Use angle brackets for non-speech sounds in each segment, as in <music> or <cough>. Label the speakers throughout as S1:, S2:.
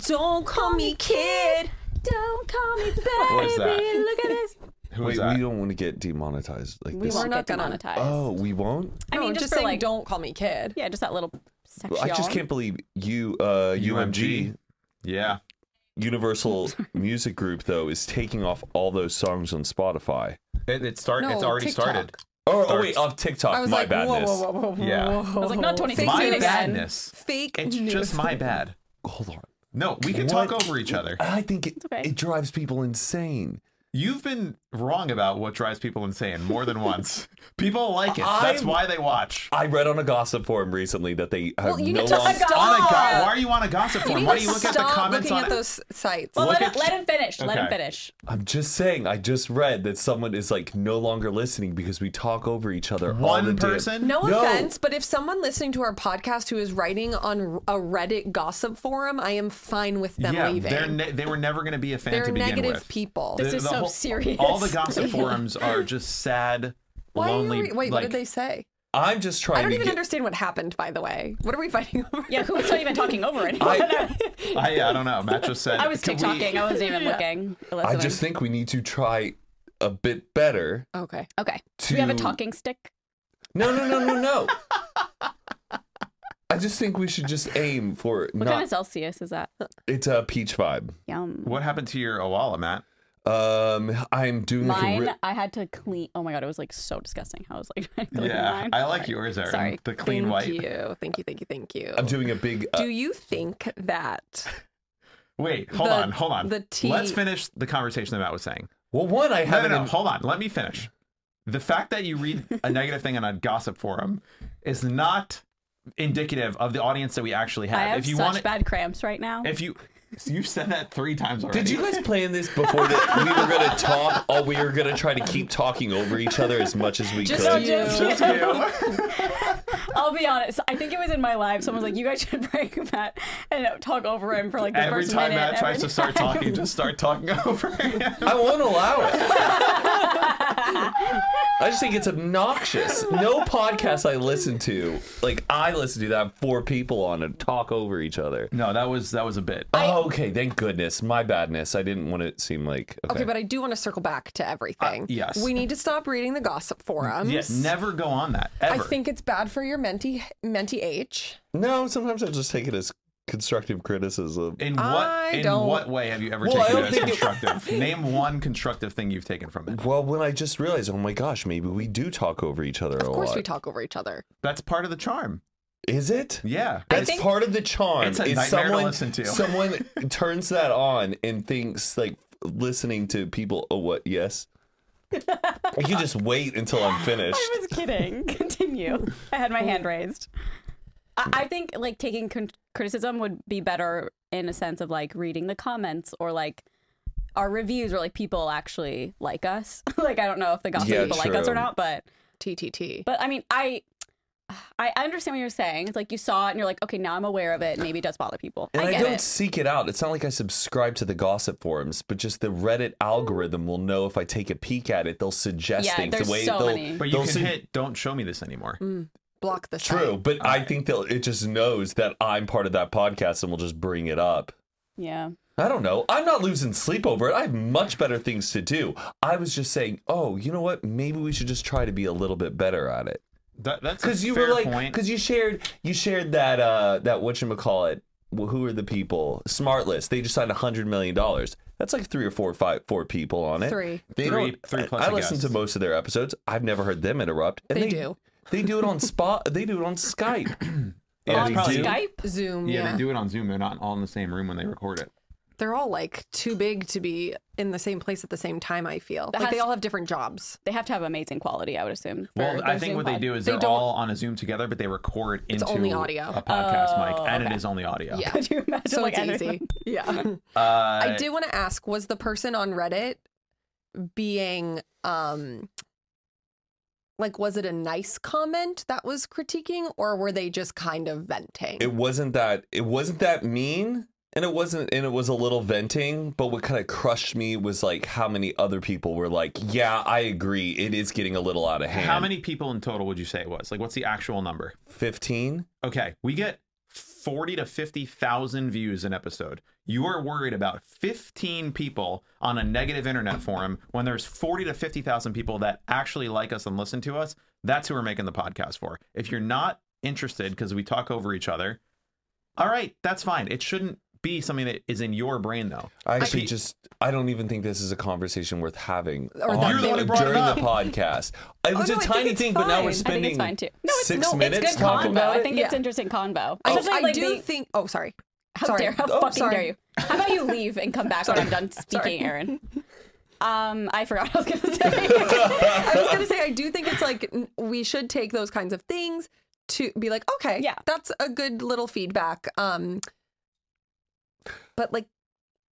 S1: Don't call me kid. Don't call
S2: <laughs>
S1: me baby.
S3: that?
S1: Look at this.
S3: Wait,
S2: Who's that?
S3: we don't want to get demonetized. Like
S1: We
S3: this.
S1: won't
S4: We're not
S1: get
S4: gonna-
S1: demonetized.
S3: Oh, we won't.
S4: I
S1: No,
S4: mean,
S1: just
S4: just,
S1: for,
S4: saying,
S1: like-
S4: don't call me kid.
S1: Yeah, just that little section.
S3: I just can't believe you. Uh, UMG,
S2: Yeah.
S4: <laughs>
S3: Universal Music Group, though, is taking off all those songs on Spotify.
S2: It, it start.
S4: No,
S2: it's already
S4: TikTok.
S2: started.
S3: Oh, oh
S2: Or-
S3: wait, off TikTok.
S4: I was
S3: my
S4: like, whoa,
S3: badness.
S4: whoa, whoa, whoa, whoa,
S2: Yeah.
S4: whoa,
S1: I was like, not
S4: whoa.
S1: 2016
S2: My
S1: again.
S2: badness.
S4: Fake
S2: It's
S4: news.
S2: just my bad.
S3: Hold on.
S2: No, we can
S3: What?
S2: talk over each other.
S3: I think it,
S1: okay.
S3: it drives people insane.
S2: You've been wrong about what drives people insane more than once. <laughs> people like it. That's
S3: I'm-
S2: why they watch.
S3: I read on a gossip forum recently that they have
S4: you
S3: no
S4: need to
S3: longer.
S4: stop.
S2: On a go-
S4: Stop.
S2: why are you on a gossip
S4: You
S2: forum?
S4: need
S2: Why
S4: to
S2: do you look at the
S4: stop
S2: comments
S4: looking
S2: on
S4: at those sites?
S1: Well,
S2: Look
S1: let,
S2: at-
S1: him, let him finish. Let him
S2: Okay.
S1: finish.
S3: I'm just saying. I just read that someone is like no longer listening because we talk over each other. all the
S2: one
S3: damn-
S2: person?
S4: No,
S3: No.
S4: offense, but if someone listening to our podcast who is writing on a Reddit gossip forum, I am fine with them
S2: yeah,
S4: leaving.
S2: they're ne- they were never going to be a fan
S4: They're
S2: to begin
S4: negative
S2: with.
S4: people.
S1: This is so serious.
S2: All the
S4: <laughs>
S2: gossip forums are just sad,
S4: why are you
S2: lonely.
S4: re- wait, what
S2: like,
S4: did they say?
S3: I'm just trying
S4: I don't
S3: to
S4: even
S3: get.
S4: understand what happened, by the way. What are we fighting over?
S1: Yeah, who is not even talking over anyone?
S3: I-
S1: I,
S2: I, I don't know. Matt just said.
S1: was
S2: Uh, "Can we-
S1: TikToking. <laughs> I wasn't <laughs> even looking.
S3: I
S1: listening.
S3: just think we need to try a bit better.
S4: Okay.
S1: Okay.
S3: To
S1: Do we have a talking stick?
S3: No, no, no, no,
S1: <laughs>
S3: no. I just think we should just aim for
S1: What
S3: not.
S1: kind of Celsius is that?
S3: it's a peach vibe.
S1: Yum.
S2: What happened to your Awala, Matt?
S3: Um, I'm doing like a
S1: Mine,
S3: re-
S1: I had to clean. Oh my god, it was like so disgusting. I was like, <laughs> trying to clean
S2: Yeah,
S1: mine.
S2: I like yours, Aaron.
S1: Sorry.
S2: The clean
S4: thank
S2: white.
S4: you. Thank you. Thank you. Thank you.
S3: I'm doing a big. Uh,
S4: Do you think that
S2: Wait, hold
S4: The-
S2: on, hold on.
S4: the tea-
S2: Let's finish the conversation that Matt was saying.
S3: well, one I
S2: No, no,
S3: haven't.
S2: no. Hold on. Let me finish. The fact that you read
S1: <laughs>
S2: a negative thing on a gossip forum is not indicative of the audience that we actually have.
S1: I have
S2: if you
S1: such
S2: want,
S1: bad cramps right now.
S2: if you, you've said that three times already.
S3: Did you guys plan this before that we were
S2: <laughs>
S3: gonna talk? Or we were gonna try to keep talking over each other as much as we
S1: Just
S3: could.
S1: you. <laughs>
S2: Just you.
S1: I'll be honest. I think it was in my live. Someone was like, "You guys should <laughs> break Matt and talk over him for like the
S2: Every
S1: first
S2: time
S1: minute."
S2: Matt tries
S1: every
S2: to start
S1: time.
S2: talking, just start talking <laughs> over him.
S3: I won't allow it. I just think it's obnoxious. No podcast I listen to, like I listen to, that have four people on and talk over each other.
S2: No, that was that was a bit.
S3: oh, okay, thank goodness. My badness. I didn't want it to seem like okay.
S4: Okay, but I do want to circle back to everything.
S2: Uh, yes.
S4: We need to stop reading the gossip forums.
S2: Yes, never go on that
S4: I
S2: ever.
S4: think it's bad for your menti menti age.
S3: no, sometimes I just take it as constructive criticism.
S2: in what
S4: I
S2: in
S4: don't-
S2: what way have you ever
S3: Well, I
S2: taken
S3: don't
S2: it as
S3: think it-
S2: constructive? Name one constructive thing you've taken from it.
S3: Well, when I just realized, oh my gosh, maybe we do talk over each other a
S4: Of course,
S3: lot.
S4: we talk over each other.
S2: That's part of the charm.
S3: Is it?
S2: Yeah.
S3: That's
S4: think-
S3: part of the charm.
S2: It's a
S3: is
S2: nightmare to
S3: someone,
S2: listen to.
S3: someone turns that on and thinks like listening to people. Oh, what? Yes. you just wait until I'm finished.
S1: I was <laughs> kidding. Continue. I had my hand raised. I, I think like taking con- criticism would be better in a sense of like reading the comments or like our reviews where like people actually like us. <laughs> like I don't know if the gossip
S3: Yeah,
S1: people like us
S3: true.
S1: or not, but
S4: TTT.
S1: but I mean I. I I understand what you're saying. It's like you saw it and you're like, okay, now I'm aware of it. Maybe it does bother people.
S3: And I,
S1: I get
S3: don't
S1: it.
S3: seek it out. It's not like I subscribe to the gossip forums, but just the Reddit algorithm will know if I take a peek at it. They'll suggest
S1: Yeah,
S3: things.
S1: there's
S3: the way
S1: so
S3: they'll,
S1: many.
S2: But you
S3: they'll
S2: can
S3: sug-
S2: hit don't show me this anymore.
S4: Block the site.
S3: True, but I think they'll. It just knows that I'm part of that podcast, and will just bring it up.
S1: Yeah.
S3: I don't know. I'm not losing sleep over it. I have much better things to do. I was just saying, oh, you know what? Maybe we should just try to be a little bit better at it.
S2: That, that's
S3: Because
S2: because
S3: you
S2: fair
S3: were like,
S2: point.
S3: because you shared, you shared that uh that what you call it. Who are the people? Smartlist. They just signed a hundred million dollars. That's like three or four, five, four people on it.
S4: Three.
S3: They
S2: Three-
S3: don't-
S2: three plus
S3: I, I
S2: a
S3: listen to
S2: guest.
S3: most of their episodes. I've never heard them interrupt. And
S4: They do.
S3: They do it on spot. They do it
S4: <clears throat>
S3: on Skype.
S2: Yeah,
S3: on
S2: they do.
S1: Skype?
S4: Zoom.
S2: Yeah,
S4: Yeah.
S2: they do it on Zoom. They're not all in the same room when they record it.
S4: They're all like too big to be in the same place at the same time. I feel
S1: That
S4: like they
S1: has-
S4: all have different
S1: <laughs>
S4: jobs.
S1: They have to have amazing quality, I would assume. for
S2: Well,
S1: their
S2: I think
S1: Zoom
S2: what they
S1: pod.
S2: do is
S4: They
S2: they are
S4: don't-
S2: all on a Zoom together, but they record into
S4: only audio.
S2: a podcast mic,
S1: Oh,
S2: and
S1: okay.
S2: it is only audio.
S4: Yeah.
S1: <laughs> Could you imagine?
S4: So
S1: like,
S4: it's
S1: editing
S4: easy. <laughs> Yeah.
S2: Uh,
S4: I do want to ask: Was the person on Reddit being um? Like, was it a nice comment that was critiquing, or were they just kind of venting?
S3: it wasn't that it wasn't that mean and it wasn't and it was a little venting but what kind of crushed me was like how many other people were like yeah i agree it is getting a little out of hand
S2: How many people in total would you say it was? Like, what's the actual number?
S3: 15
S2: Okay, we get 40 to 50,000 views an episode. You are worried about 15 people on a negative internet forum when there's 40 to 50,000 people that actually like us and listen to us. That's who we're making the podcast for. If you're not interested because we talk over each other, all right, that's fine. It shouldn't be something that is in your brain though.
S3: I actually
S2: Pete-
S3: just I don't even think this is a conversation worth having
S4: Or
S3: on-
S4: that You're the
S2: one who brought it
S3: during
S2: up.
S3: the podcast.
S4: Oh,
S3: It was
S4: no, I
S3: a
S4: think
S3: tiny
S4: it's
S3: thing, but now
S4: fine. I
S3: we're
S4: think it's
S3: spending
S1: fine, too. No, it's-
S3: six
S4: no, it's
S3: minutes
S1: It's good
S3: talking
S1: convo.
S3: about
S1: I
S3: it.
S1: think it's
S4: Yeah.
S1: interesting convo.
S4: I,
S1: Especially
S4: I
S1: like
S4: do
S1: the-
S4: think. Oh, sorry.
S1: How
S4: Sorry.
S1: dare how
S4: Oh,
S1: fucking
S4: sorry.
S1: dare you? How about you leave and come back when I'm done speaking, Aaron? Um, I forgot what I was gonna
S4: <laughs>
S1: say.
S4: <laughs> I was gonna say I do think it's like n- we should take those kinds of things to be like, okay,
S1: Yeah.
S4: that's a good little feedback. Um, but like,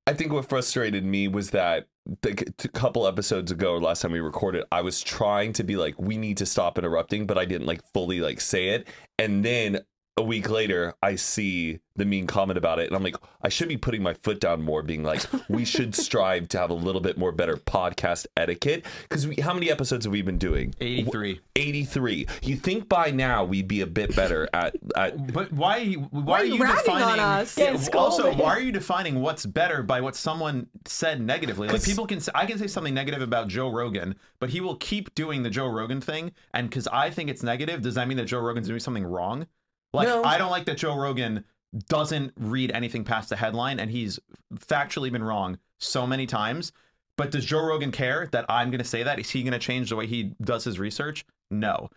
S3: I think what frustrated me was that the, c- a couple episodes ago, last time we recorded, I was trying to be like, we need to stop interrupting, but I didn't like fully like say it. And then a week later, I see the mean comment about it, and I'm like, I should be putting my foot down more, being like, we should strive to have a little bit more better podcast etiquette. Because how many episodes have we been doing?
S2: 83.
S3: 83. You think by now we'd be a bit better at at
S2: But why? Why, are
S4: you
S2: you
S4: ragging
S2: defining?
S4: on us?
S2: Yeah,
S1: Getting
S2: also,
S1: scolded.
S2: why are you defining what's better by what someone said negatively? Like
S3: 'Cause-
S2: people can, say, I can say something negative about Joe Rogan, but he will keep doing the Joe Rogan thing, and because I think it's negative, does that mean that Joe Rogan's doing something wrong? Like
S3: No.
S2: I don't like that Joe Rogan doesn't read anything past the headline, and he's factually been wrong so many times. But does Joe Rogan care that I'm going to say that? Is he going to change the way he does his research? No.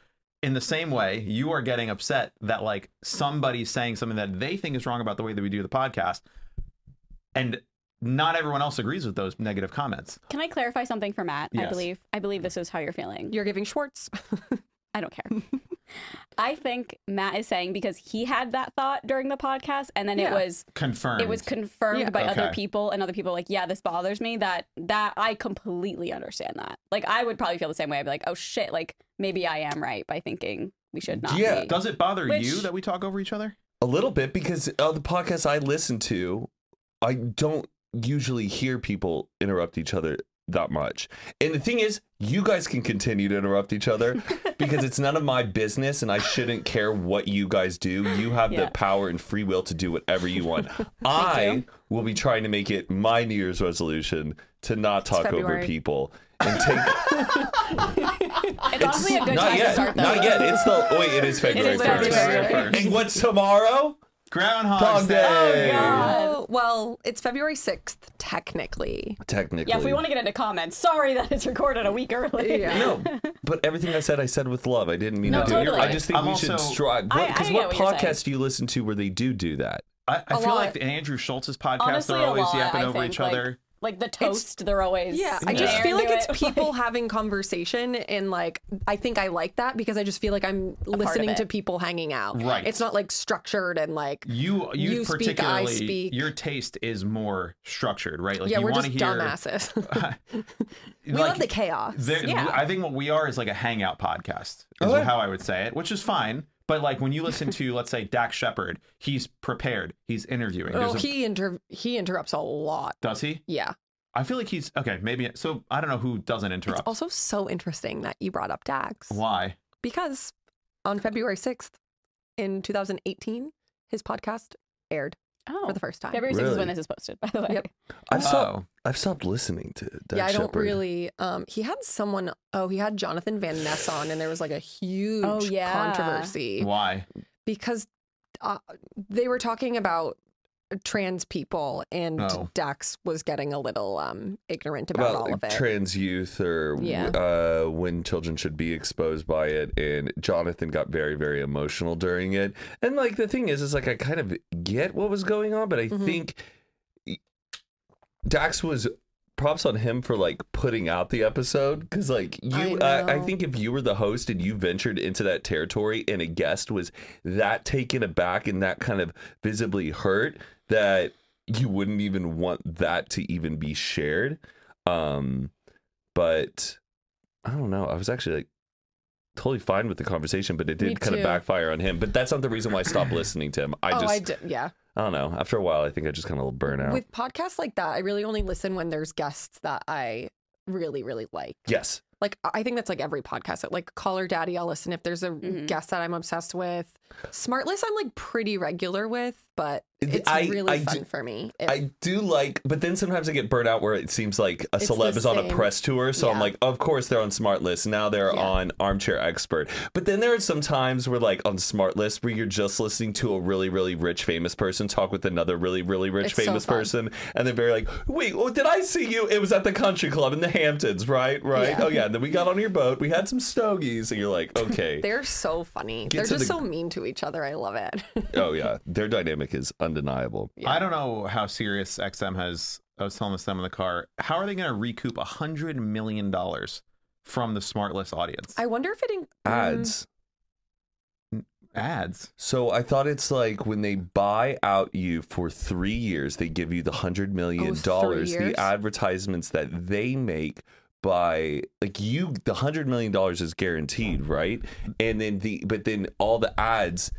S2: In the same way, you are getting upset that like somebody's saying something that they think is wrong about the way that we do the podcast, and not everyone else agrees with those negative comments.
S1: Can I clarify something for Matt? I
S2: Yes.
S1: believe I believe this is how you're feeling.
S4: you're giving
S2: <laughs>
S4: Schwartz.
S1: I don't care. <laughs> I think Matt is saying because he had that thought during the podcast, and then
S4: Yeah.
S1: it was
S2: Confirmed.
S1: it was confirmed
S4: Yeah.
S1: by other
S2: Okay.
S1: people, and other people were like, yeah, this bothers me. That that I completely understand that. Like I would probably feel the same way. I'd be like, oh shit, like maybe I am right by thinking we should not.
S3: Yeah,
S1: be.
S2: Does it bother
S1: Which-
S2: you that we talk over each other?
S3: A little bit because uh, the podcasts I listen to, I don't usually hear people interrupt each other that much. And the thing is, you guys can continue to interrupt
S1: <laughs>
S3: each other because it's none of my business and I shouldn't care what you guys do. You have
S1: Yeah.
S3: the power and free will to do whatever
S1: <laughs>
S3: you want. I will be trying to make it my New Year's resolution to not talk over
S4: February.
S3: people and
S1: <laughs>
S3: take
S1: It's honestly a good
S3: not
S1: time
S3: yet.
S1: to start though.
S3: Not yet. It's the
S1: <laughs>
S3: wait, it is February
S1: is
S3: first.
S1: February
S2: first.
S3: And what's tomorrow?
S2: Groundhog
S3: Dog Day.
S2: Day.
S3: Oh, God.
S4: Oh, well, it's February sixth, technically.
S3: Technically.
S1: Yeah, if we want to get into comments, sorry that it's recorded a week early.
S4: Yeah.
S1: <laughs>
S3: No, but everything I said, I said with love. I didn't mean
S1: No,
S3: to do
S1: totally.
S3: it. I just think
S2: I'm
S3: we
S2: also-
S3: should strive.
S1: I- I
S3: Because
S1: get
S3: what,
S1: what you're saying.
S3: podcast do you listen to where they do do that?
S2: I, I
S4: A
S2: feel
S4: lot.
S2: like the Andrew Schultz's podcast,
S1: Honestly,
S2: they're
S1: a
S2: always
S1: lot.
S2: yapping
S1: I
S2: over
S1: think,
S2: each
S1: like,
S2: other.
S1: Like the toast, they're always.
S4: Yeah, I
S1: Yeah.
S4: just feel like
S1: Do
S4: it's <laughs>
S1: it.
S4: people having conversation and like I think I like that because I just feel like I'm listening
S1: it.
S4: to people hanging out.
S2: Right.
S4: It's not like structured and like
S2: You, you,
S4: You speak, I
S2: particularly,
S4: speak.
S2: your taste is more structured, right? Like
S4: yeah,
S2: you
S4: we're
S2: want
S4: just
S2: to hear.
S4: dumbasses. <laughs> we love
S2: like,
S4: the chaos.
S2: there-
S1: Yeah.
S2: I think what we are is like a hangout podcast, is
S3: Okay.
S2: how I would say it, which is fine. But like when you listen to, let's say, Dak Shepard, he's prepared, he's interviewing.
S4: Oh,
S2: There's a-
S4: he inter- he interrupts a lot.
S2: does he?
S4: Yeah.
S2: I feel like he's okay. Maybe so. I don't know who doesn't
S4: It's
S2: interrupt.
S4: also so interesting that you brought up Dax
S2: Why?
S4: because on February 6th in 2018, his podcast aired
S1: <laughs> Oh,
S4: for the first time.
S1: February sixth is
S3: Really?
S1: when this is posted. By the way,
S4: Yep.
S3: I've stopped.
S2: Oh,
S3: I've stopped listening to. Dak
S4: yeah, I don't
S3: Shepard.
S4: really. Um, he had someone. Oh, he had Jonathan Van Ness on, and there was like a huge
S1: Oh, yeah.
S4: controversy
S2: why?
S4: because uh, they were talking about trans people, and
S2: Oh.
S4: Dax was getting a little um, ignorant about,
S3: about
S4: all of
S3: like,
S4: it.
S3: trans youth or
S4: Yeah.
S3: uh, when children should be exposed by it. And Jonathan got very, very emotional during it. And like the thing is, is like I kind of get what was going on, but I
S4: Mhm.
S3: think Dax was props on him for like putting out the episode because like you
S4: I
S3: I, I
S4: know.
S3: think if you were the host and you ventured into that territory and a guest was that taken aback and that kind of visibly hurt that you wouldn't even want that to even be shared um but i don't know i was actually like totally fine with the conversation but it
S4: Me
S3: did kind
S4: too.
S3: of backfire on him but that's not the reason why
S4: <laughs>
S3: i stopped listening to him i
S4: oh,
S3: just
S4: I
S3: I,
S4: d- yeah.
S3: don't know after a while i think i just kind of burn out
S4: With podcasts like that, I really only listen when there's guests that I really, really like.
S3: yes
S4: like I think that's like every podcast. Like Call Her Daddy, I'll listen if there's a
S1: Mhm.
S4: guest that I'm obsessed with. Smartless, I'm like pretty regular with, but
S3: Th-
S4: it's
S3: I-
S4: really
S3: I
S4: fun
S3: do-
S4: for me. If-
S3: I do like, but then sometimes I get burnt out where it seems like a
S4: It's
S3: celeb
S4: the
S3: is on a
S4: same.
S3: press tour. So I'm
S4: Yeah.
S3: like, of course they're on smart list. Now they're
S4: Yeah.
S3: on armchair expert. But then there are some times where like on smart list where you're just listening to a really, really rich famous person talk with another really, really rich
S4: It's so
S3: famous
S4: fun.
S3: person. And they're very like, wait, oh, did I see you? It was at the country club in the Hamptons, right? Right.
S4: Yeah.
S3: Oh yeah. And then we got on your boat. We had some stogies. And
S4: <laughs>
S3: you're like, okay.
S4: They're so funny.
S3: Get
S4: They're
S3: to
S4: just
S3: the-
S4: so mean to each other. I love it.
S3: oh yeah. Their dynamic is undeniable.
S2: I don't know how serious XM has. I was telling this to them in the car. How are they going to recoup a hundred million dollars from the Smartless audience?
S4: <laughs> I wonder if it mm, in-
S3: Ads.
S2: Ads.
S3: So I thought it's like when they buy out you for three years, they give you the hundred million
S4: Oh,
S3: dollars.
S4: three years?
S3: The advertisements that they make by like you, the hundred million dollars is guaranteed, right? And then the but then all the ads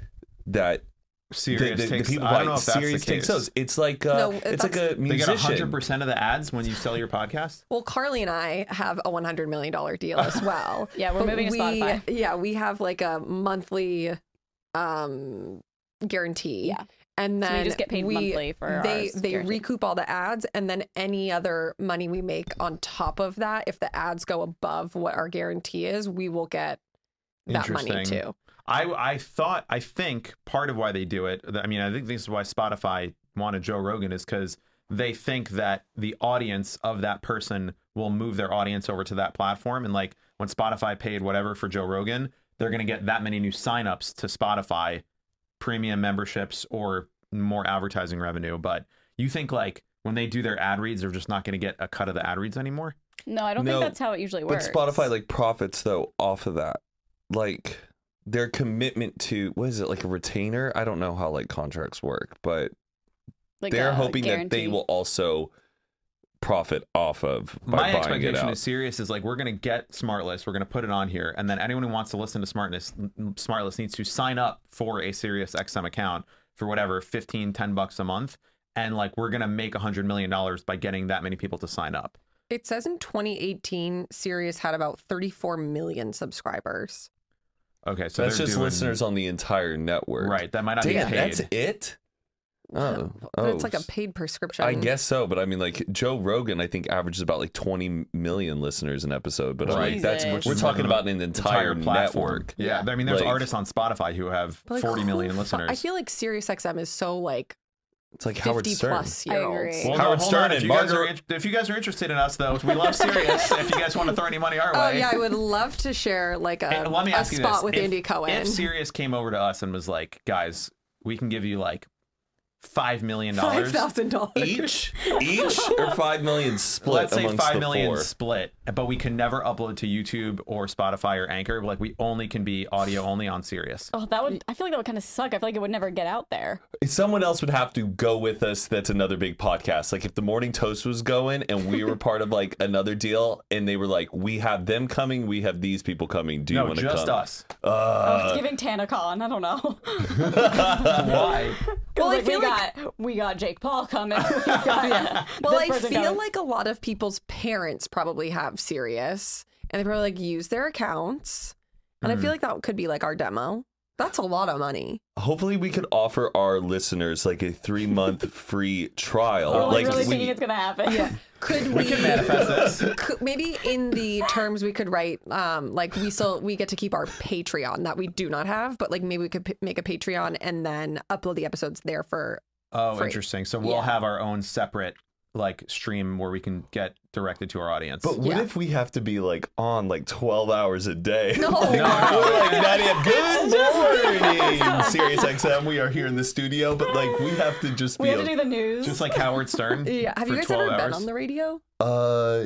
S3: that the,
S2: Sirius
S3: the- the
S2: takes.
S3: people
S2: I
S3: buy,
S2: don't know if that's
S3: Sirius
S2: the
S3: takes
S2: case.
S3: those. It's like uh,
S4: No,
S3: it's like a
S2: They get hundred
S3: musician.
S2: percent of the ads when you sell your podcast.
S4: Well, Carly and I have a $100 million deal
S1: <laughs>
S4: as well.
S1: Yeah, we're
S4: But
S1: moving to
S4: we-
S1: Spotify.
S4: Yeah, we have like a monthly um, guarantee.
S1: Yeah.
S4: And
S1: So
S4: then
S1: we just get paid
S4: we-
S1: monthly for
S4: They
S1: ours,
S4: they
S1: guaranteed.
S4: recoup all the ads and then any other money we make on top of that. If the ads go above what our guarantee is, we will get that money
S2: Interesting.
S4: too.
S2: I I thought I think part of why they do it. I mean, I think this is why Spotify wanted Joe Rogan is because they think that the audience of that person will move their audience over to that platform, and like when Spotify paid whatever for Joe Rogan, they're gonna get that many new signups to Spotify, premium memberships, or more advertising revenue. But you think like when they do their ad reads, they're just not gonna get a cut of the ad reads anymore.
S1: No, I don't
S3: No,
S1: think that's how it usually
S3: But
S1: works.
S3: Spotify like profits though off of that, like their commitment to what is it like a retainer? I don't know how like contracts work, but
S1: Like
S3: they're
S1: a
S3: hoping that they
S1: guarantee.
S3: will also profit off of by
S2: My
S3: buying it
S2: expectation
S3: out.
S2: is serious is like we're gonna get Smartlist, we're gonna put it on here, and then anyone who wants to listen to Smartlist, Smartlist needs to sign up for a Sirius XM account for whatever 15, 10 bucks a month, and like we're gonna make a hundred million dollars by getting that many people to sign up.
S4: It says in 2018, Sirius had about 34 million subscribers.
S2: Okay, so
S3: that's
S2: they're
S3: just
S2: doing-
S3: listeners on the entire network,
S2: right? That might not
S3: Damn,
S2: be
S3: that's
S2: paid.
S3: it. Oh,
S4: But it's
S3: oh,
S4: like a paid prescription.
S3: I guess so, but I mean, like Joe Rogan, I think averages about like 20 million listeners an episode, but like that's
S1: Jesus.
S3: we're talking about an entire,
S2: platform.
S3: network.
S2: Yeah,
S4: Yeah.
S2: I mean, there's
S3: Like-
S2: artists on Spotify who have
S4: But, like,
S2: forty million
S4: who fu-
S2: listeners.
S4: I feel like Sirius XM is so like
S3: It's like Howard
S4: 50
S3: Stern.
S4: plus year olds.
S1: agree.
S2: Well,
S3: Howard
S2: no, hold
S3: Stern
S2: on. If
S3: and
S2: you, guys are
S3: Margaret-
S2: in- if you guys are interested in us, though, we love Sirius. if you guys want to throw any money our way,
S4: Oh yeah, I would love to share like a,
S2: Hey, let me
S4: um, a
S2: ask you
S4: spot
S2: this.
S4: with
S2: If-
S4: Andy Cohen. <laughs>
S2: If Sirius came over to us and was like, guys, we can give you like five million
S4: Five
S2: dollars.
S4: thousand dollars.
S3: Each, each, or five million split
S2: Let's say
S3: amongst
S2: five
S3: the
S2: million
S3: four.
S2: split, but we can never upload to YouTube or Spotify or Anchor. Like we only can be audio only on Sirius.
S1: Oh, that would. I feel like that would kind of suck. I feel like it would never get out there.
S3: someone else would have to go with us that's another big podcast like if the morning toast was going and we
S2: <laughs>
S3: were part of like another deal and they were like we have them coming we have these people coming do you
S2: No,
S3: want to
S2: just
S3: come
S2: us.
S1: Oh,
S5: Uh,
S1: it's giving TanaCon. I don't know. <laughs>
S2: Why?
S4: I
S1: well, like, we
S4: feel like-
S1: got we got Jake Paul coming. <laughs> We've
S4: <laughs>
S1: got this
S4: Well, I
S1: person
S4: feel
S1: coming.
S4: like a lot of people's parents probably have Sirius, and they probably like use their accounts. And
S2: Hmm.
S4: I feel like that could be like our demo. That's a lot of money.
S3: hopefully we could offer our listeners like a
S2: <laughs>
S3: three month free trial
S1: We're, like,
S3: like
S1: Oh, really
S3: we-
S1: thinking it's gonna happen.
S4: Could
S2: We
S4: we,
S2: can
S4: <laughs>
S2: manifest this.
S4: could- maybe in the terms we could write um like we still we get to keep our Patreon that we do not have, but like maybe we could p- make a Patreon and then upload the episodes there for
S2: Oh,
S4: Free.
S2: interesting. So we'll
S4: Yeah.
S2: have our own separate like stream where we can get directed to our audience.
S3: but what
S4: Yeah.
S3: if we have to be like on like 12 hours a day
S4: No.
S3: Like,
S4: No,
S2: no.
S3: <laughs> we're like
S1: <laughs>
S3: 9 a.m. good morning Sirius XM we are here in the studio but like we have to just
S1: <laughs>
S3: be
S1: We have to
S3: a-
S1: do the news.
S2: just like Howard
S4: <laughs>
S2: Stern.
S4: Yeah. Have you
S2: for
S4: guys ever
S2: 12
S4: been
S2: hours.
S4: on the radio?
S3: Uh,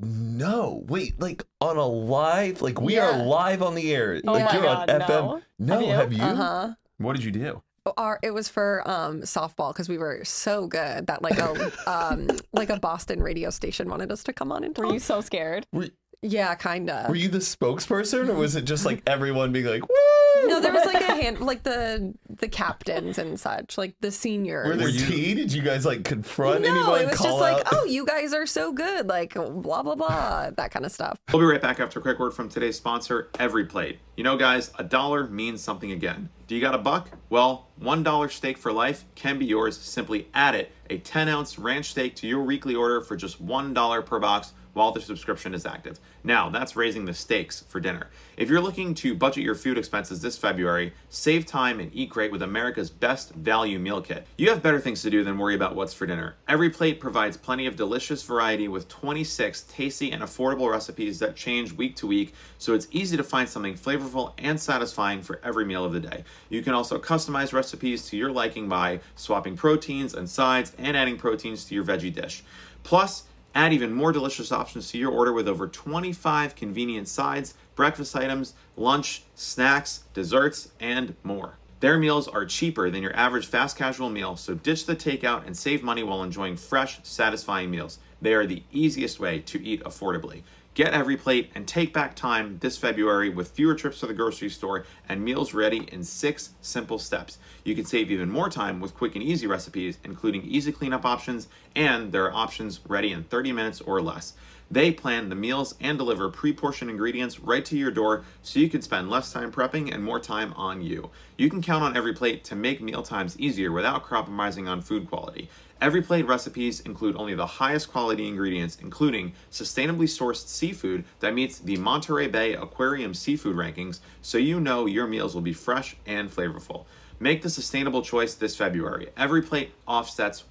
S3: no. Wait, like on a live, like we
S4: Yeah.
S3: are live on the air.
S1: Oh
S3: like
S1: my
S3: you're
S1: God,
S3: on
S1: no.
S3: FM. No,
S1: Have
S3: have you?
S4: Uh huh.
S2: What did you do?
S4: Our, it was for um, softball because we were so good that like a um, like a Boston radio station wanted us to come on and
S1: were
S4: talk.
S1: you so scared?
S3: Were-
S4: Yeah, kind
S3: Were
S4: of.
S3: you the spokesperson, or was it just like everyone being like, "Woo"?
S4: No, there was like a
S3: <laughs>
S4: hand, like the the captains and such, like the seniors.
S3: Were there
S5: you-
S3: tea? Did you guys like confront
S4: no,
S3: anyone?
S4: it was
S3: call
S4: just
S3: out?
S4: like, oh, you guys are so good, like blah blah blah, that kind of stuff.
S2: We'll be right back after a quick word from today's sponsor, Every Plate. You know, guys, a dollar means something again. Do you got a buck? Well, $1 steak for life can be yours. Simply add it, a 10 ounce ranch steak to your weekly order for just $1 per box while the subscription is active. Now, that's raising the stakes for dinner. If you're looking to budget your food expenses this February, save time and eat great with America's best value meal kit. You have better things to do than worry about what's for dinner. Every plate provides plenty of delicious variety with 26 tasty and affordable recipes that change week to week, so it's easy to find something flavorful and satisfying for every meal of the day. You can also customize recipes to your liking by swapping proteins and sides and adding proteins to your veggie dish. Plus, Add even more delicious options to your order with over 25 convenient sides, breakfast items, lunch, snacks, desserts, and more. Their meals are cheaper than your average fast casual meal, so ditch the takeout and save money while enjoying fresh, satisfying meals. They are the easiest way to eat affordably. Get every plate and take back time this February with fewer trips to the grocery store and meals ready in six simple steps. You can save even more time with quick and easy recipes, including easy cleanup options, and there are options ready in 30 minutes or less. They plan the meals and deliver pre portioned ingredients right to your door so you can spend less time prepping and more time on you. You can count on every plate to make meal times easier without compromising on food quality. Every plate recipes include only the highest quality ingredients, including sustainably sourced seafood that meets the Monterey Bay Aquarium seafood rankings, so you know your meals will be fresh and flavorful. Make the sustainable choice this February. Every plate offsets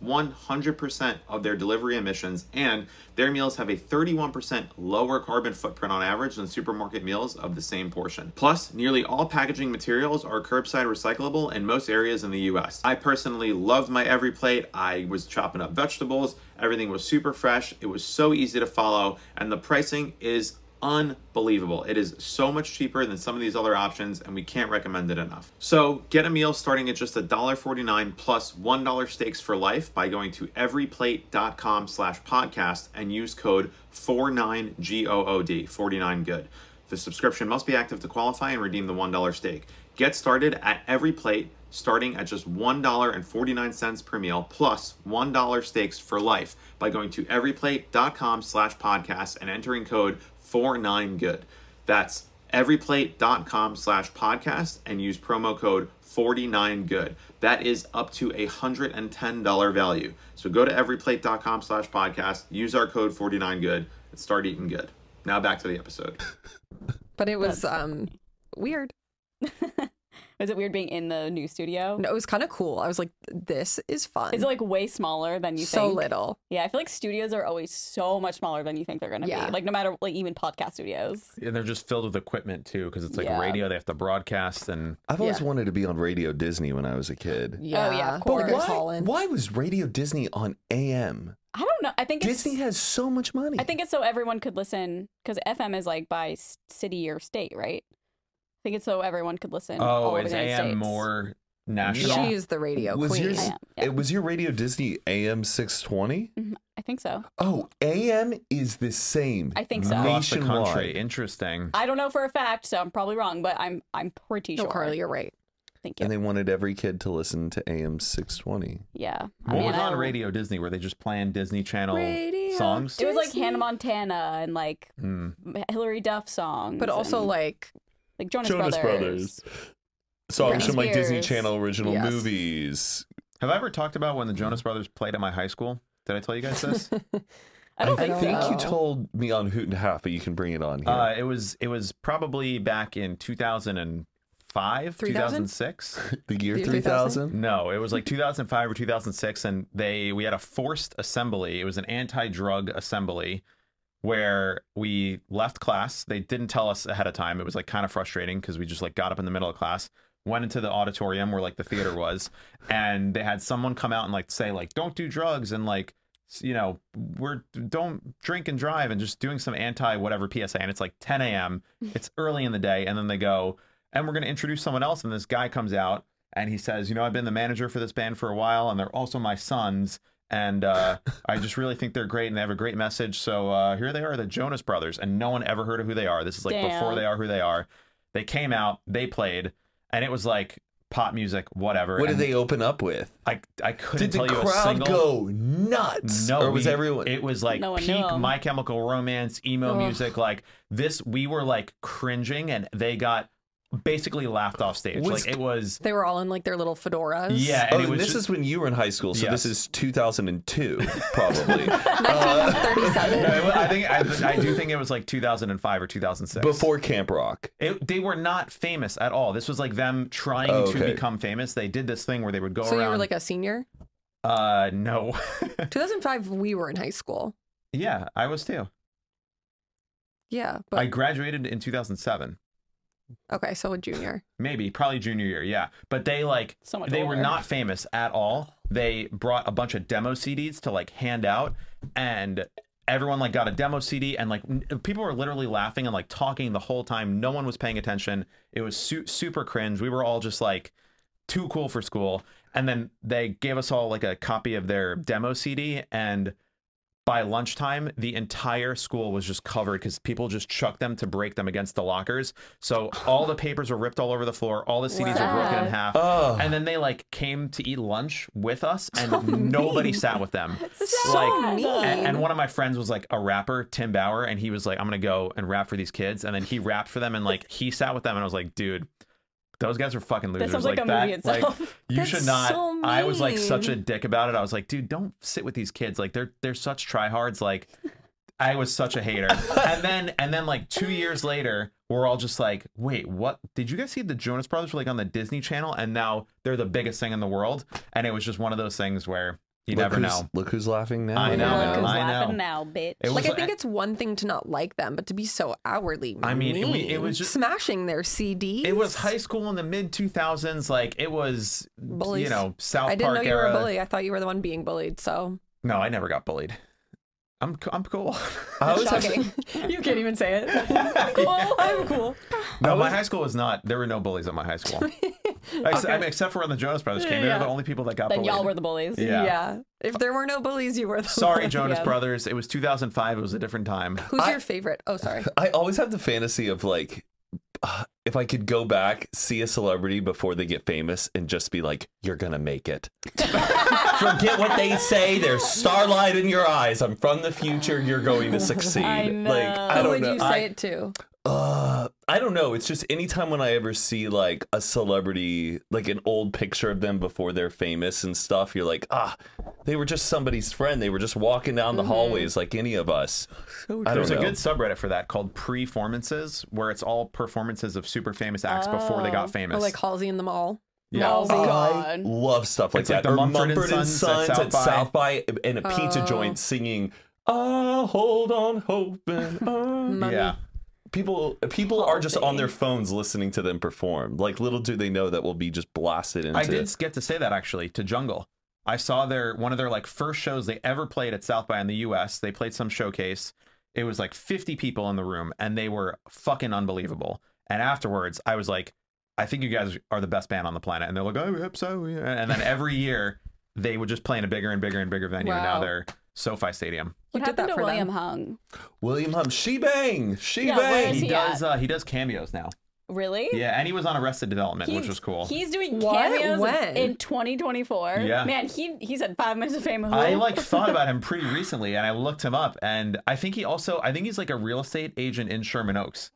S2: 100% of their delivery emissions, and their meals have a 31% lower carbon footprint on average than supermarket meals of the same portion. Plus, nearly all packaging materials are curbside recyclable in most areas in the US. I personally loved my Every Plate. I was chopping up vegetables, everything was super fresh, it was so easy to follow, and the pricing is unbelievable. It is so much cheaper than some of these other options, and we can't recommend it enough. So get a meal starting at just $1.49 plus $1 steaks for life by going to everyplate.com slash podcast and use code 49GOOD, 49good. The subscription must be active to qualify and redeem the $1 steak. Get started at every plate starting at just $1.49 per meal plus $1 steaks for life by going to everyplate.com slash podcast and entering code 49good. That's everyplate.com slash podcast and use promo code 49good. That is up to a $110 value. So go to everyplate.com slash podcast, use our code 49good, and start eating good. Now back to the episode.
S4: But it was um weird.
S1: Is it weird being in the new studio?
S4: No, it was kind of cool. I was like, this is fun.
S1: Is it like way smaller than you
S4: so
S1: think?
S4: little.
S1: Yeah, I feel like studios are always so much smaller than you think they're gonna
S4: Yeah.
S1: be. Like no matter like even podcast studios.
S5: And they're just filled with equipment too, because it's like
S1: Yeah.
S5: radio. They have to broadcast, and
S3: I've always
S4: Yeah.
S3: wanted to be on Radio Disney when I was a kid.
S4: Yeah,
S1: yeah, of
S4: But
S1: course.
S4: Good
S1: Why-
S3: Why,
S4: Colin.
S3: why was Radio Disney on AM?
S1: I don't know. I think
S3: Disney
S1: it's
S3: has so much money.
S1: I think it's so everyone could listen because FM is like by s- city or state, right? I think it's so everyone could listen. all
S5: oh,
S1: over
S5: is
S1: the United
S5: AM
S1: States.
S5: more national?
S1: Yeah.
S4: She's the radio
S3: was
S4: queen.
S3: your
S1: I am, yeah.
S3: it was your Radio Disney AM six twenty?
S1: I think so.
S3: Oh, AM is the same.
S1: I think so.
S5: Across the
S3: Nationwide.
S5: country. Interesting.
S1: I don't know for a fact, so I'm probably wrong, but I'm I'm pretty
S4: No,
S1: sure.
S4: Carly, you're right.
S1: Thank you.
S3: and they wanted every kid to listen to AM six twenty.
S1: yeah.
S5: What was
S1: I-
S5: on Radio Disney? Were they just playing Disney Channel
S4: Radio
S5: songs?
S1: It was like
S4: Disney.
S1: Hannah Montana and like
S5: Hmm.
S1: Hillary Duff songs,
S4: But also
S1: and,
S4: like
S1: like Jonas,
S3: Jonas
S1: Brothers.
S3: Songs
S1: Britney
S3: from like Disney
S1: Spears.
S3: Channel original
S4: Yes.
S3: movies.
S5: Have I ever talked about when the Jonas Brothers played at my high school? Did I tell you guys
S1: <laughs>
S5: this?
S1: I don't Oh.
S4: I don't
S1: think so.
S4: know.
S3: you told me on Hoot and Half, but you can bring it on here.
S5: uh, it was it was probably back in 2005,
S4: 3000?
S5: 2006. <laughs>
S3: the year
S4: year
S3: three
S4: 3000?
S3: thousand.
S5: No, it was like 2005 or 2006, and they we had a forced assembly. It was an anti-drug assembly where we left class. They didn't tell us ahead of time. It was like kind of frustrating because we just like got up in the middle of class, went into the auditorium where like the theater was, and they had someone come out and like say like don't do drugs and like s- you know we're don't drink and drive and just doing some anti whatever PSA. And it's like 10 a.m. It's early in the day, and then they go and we're going to introduce someone else. And this guy comes out and he says, You know, I've been the manager for this band for a while, and they're also my sons.
S2: and uh, I just really think they're great and they have a great message. So uh, here they are, the Jonas Brothers, and no one ever heard of who they are. This is like
S1: Damn.
S2: before they are who they are. They came out, they played, and it was like pop music, whatever.
S3: What did
S2: and
S3: they open up with?
S2: I I couldn't
S3: Did the
S2: tell you a
S3: crowd
S2: single.
S3: go nuts?
S2: No,
S3: or was
S2: we-
S3: everyone?
S2: It was like
S1: No one
S2: peak
S1: knew.
S2: My Chemical Romance emo
S4: Ugh.
S2: music. Like this, we were like cringing, and they got basically laughed off stage.
S3: Was-
S2: like it was,
S4: They were all in like their little fedoras.
S2: yeah. And
S3: oh,
S2: it was
S3: this
S2: just,
S3: is when you were in high school, so this
S2: Yes.
S3: is 2002, probably.
S2: <laughs>
S3: Uh,
S4: <laughs>
S2: Uh, No,
S4: 1937.
S2: it was- I think I, I do think it was like 2005 or 2006.
S3: Before Camp Rock.
S2: It, they were not famous at all. This was like them trying
S3: Oh,
S2: to
S3: okay.
S2: become famous. They did this thing where they would <laughs> go
S4: so
S2: around.
S4: you were like a
S2: <laughs>
S4: senior?
S2: uh, no, <laughs>
S4: 2005, we were in high school.
S2: yeah, I was too.
S4: Yeah. But
S2: I graduated in 2007,
S4: okay, so a junior.
S2: maybe probably junior year. Yeah, but they like
S1: So much
S2: they were
S1: older.
S2: not famous at all. They brought a bunch of demo CDs to like hand out, and everyone like got a demo CD, and like n- people were literally laughing and like talking the whole time. No one was paying attention. It was su- super cringe. We were all just like too cool for school. And then they gave us all like a copy of their demo CD, and by lunchtime, the entire school was just covered because people just chucked them to break them against the lockers. So
S1: <laughs>
S2: all the papers were ripped all over the floor. All the CDs were broken in
S1: Wow.
S2: half.
S3: Oh,
S2: And then they like came to eat lunch with us, and
S1: <laughs> Oh,
S2: nobody sat with them.
S1: So
S2: Like,
S1: mean.
S2: And, and one of my friends was like a rapper, Tim Bauer, and he was like, "I'm gonna go and rap for these kids," and then he rapped for them, and like he sat with them, and I was like, "Dude, those guys are fucking
S1: That
S2: losers."
S1: sounds like, a movie
S2: that, like,
S1: itself.
S2: you
S4: That's
S2: should not.
S4: so
S2: I was like such a
S4: mean.
S2: dick about it. I was like, dude, don't sit with these kids. Like they're they're such tryhards. Like I was such a hater. and then and then like two years later, we're all just like, wait, what? Did you guys see the Jonas Brothers were like on the Disney Channel, and now they're the biggest thing in the world. And it was just one of those things where you
S3: look
S2: never
S3: who's,
S2: know.
S3: Look who's laughing now.
S2: I know,
S1: Look
S2: man.
S1: who's
S2: I know.
S1: laughing now, bitch.
S2: It was
S4: Like, I think it's one thing to not like them, but to be so outwardly
S2: I mean, it-
S4: mean,
S2: we- it was just-
S4: smashing their CDs.
S2: it was high school in the mid two thousands. Like it was, you
S4: Bullies.
S2: know, South
S4: I didn't
S2: Park
S4: know you
S2: era.
S4: were a bully. I thought you were the one being bullied. So
S2: No, I never got bullied. I'm c- I'm cool.
S3: I was actually-
S4: shocking. <laughs>
S1: you can't even say it. I'm cool. I'm cool.
S2: No, my high school was not. There were no bullies at my high
S1: <laughs>
S2: school. Ex- I mean, except for when the Jonas Brothers came. They
S1: Yeah.
S2: were the only people that got
S1: Then
S2: bullied.
S1: y'all were the <laughs> bullies.
S2: Yeah.
S4: If there were no bullies, you were the
S2: Sorry,
S4: one.
S2: Jonas
S1: Yeah.
S2: Brothers. It was 2005. It was a different time.
S4: Who's
S3: I-
S4: your favorite? Oh, sorry.
S3: I always have the fantasy of like, uh, if I could go back, see a celebrity before they get famous, and just be like, "You're gonna
S1: <laughs>
S3: make it." Forget what they say. There's starlight in your eyes. I'm from the future. You're going to
S1: <laughs>
S3: succeed.
S1: I know.
S3: Like I
S4: Who
S3: don't
S4: would
S3: know.
S4: you say
S3: I,
S4: it to? Oh,
S3: uh, I don't know. It's just anytime when I ever see like a celebrity, like an old picture of them before they're famous and stuff, you're like, ah, they were just somebody's friend. They were just walking down
S1: Mm-hmm.
S3: the hallways like any of us. I don't
S2: There's
S3: know.
S2: a good subreddit for that called performances, where it's all performances of super famous acts before they
S1: Oh.
S2: got famous.
S4: Or like Halsey in the mall?
S2: yeah.
S1: Malls. Oh,
S3: I
S1: God.
S3: love stuff like
S2: It's like
S3: that.
S2: the
S3: or
S2: Mumford and
S3: Mumford and
S2: Sons at
S3: Sons at
S2: South
S3: South by in a pizza
S4: Oh.
S3: joint singing. Oh, hold on,
S1: <laughs>
S3: hoping. Oh.
S4: Mummy.
S2: Yeah.
S3: People, people are just on their phones listening to them perform. Like little do they know that we'll be just blasted into.
S2: I did get to say that actually to Jungle. I saw their one of their like first shows they ever played at South by in the U.S. They played some showcase. It was like 50 people in the room, and they were fucking unbelievable. And afterwards, I was like, I think you guys are the best band on the planet. And they're like, I hope so. yeah." And then every year, they would just play in a bigger and bigger and bigger venue. And now
S4: Wow.
S2: they're SoFi Stadium.
S1: What
S4: You did
S1: happened
S4: that
S1: to
S4: for them.
S1: William Hung?
S3: William Hum, she bang, she
S1: Yeah, where
S3: bang.
S1: is he
S2: He does. Uh, he does cameos now.
S1: Really?
S2: Yeah, and he was on Arrested Development, which was cool.
S1: He's doing
S4: What?
S1: cameos
S4: When?
S1: in 2024.
S2: Yeah.
S1: Man, he he's at five minutes of fame.
S2: I
S1: Who? <laughs>
S2: like thought about him pretty recently and I looked him up and I think he also I think he's like a real estate agent in Sherman Oaks.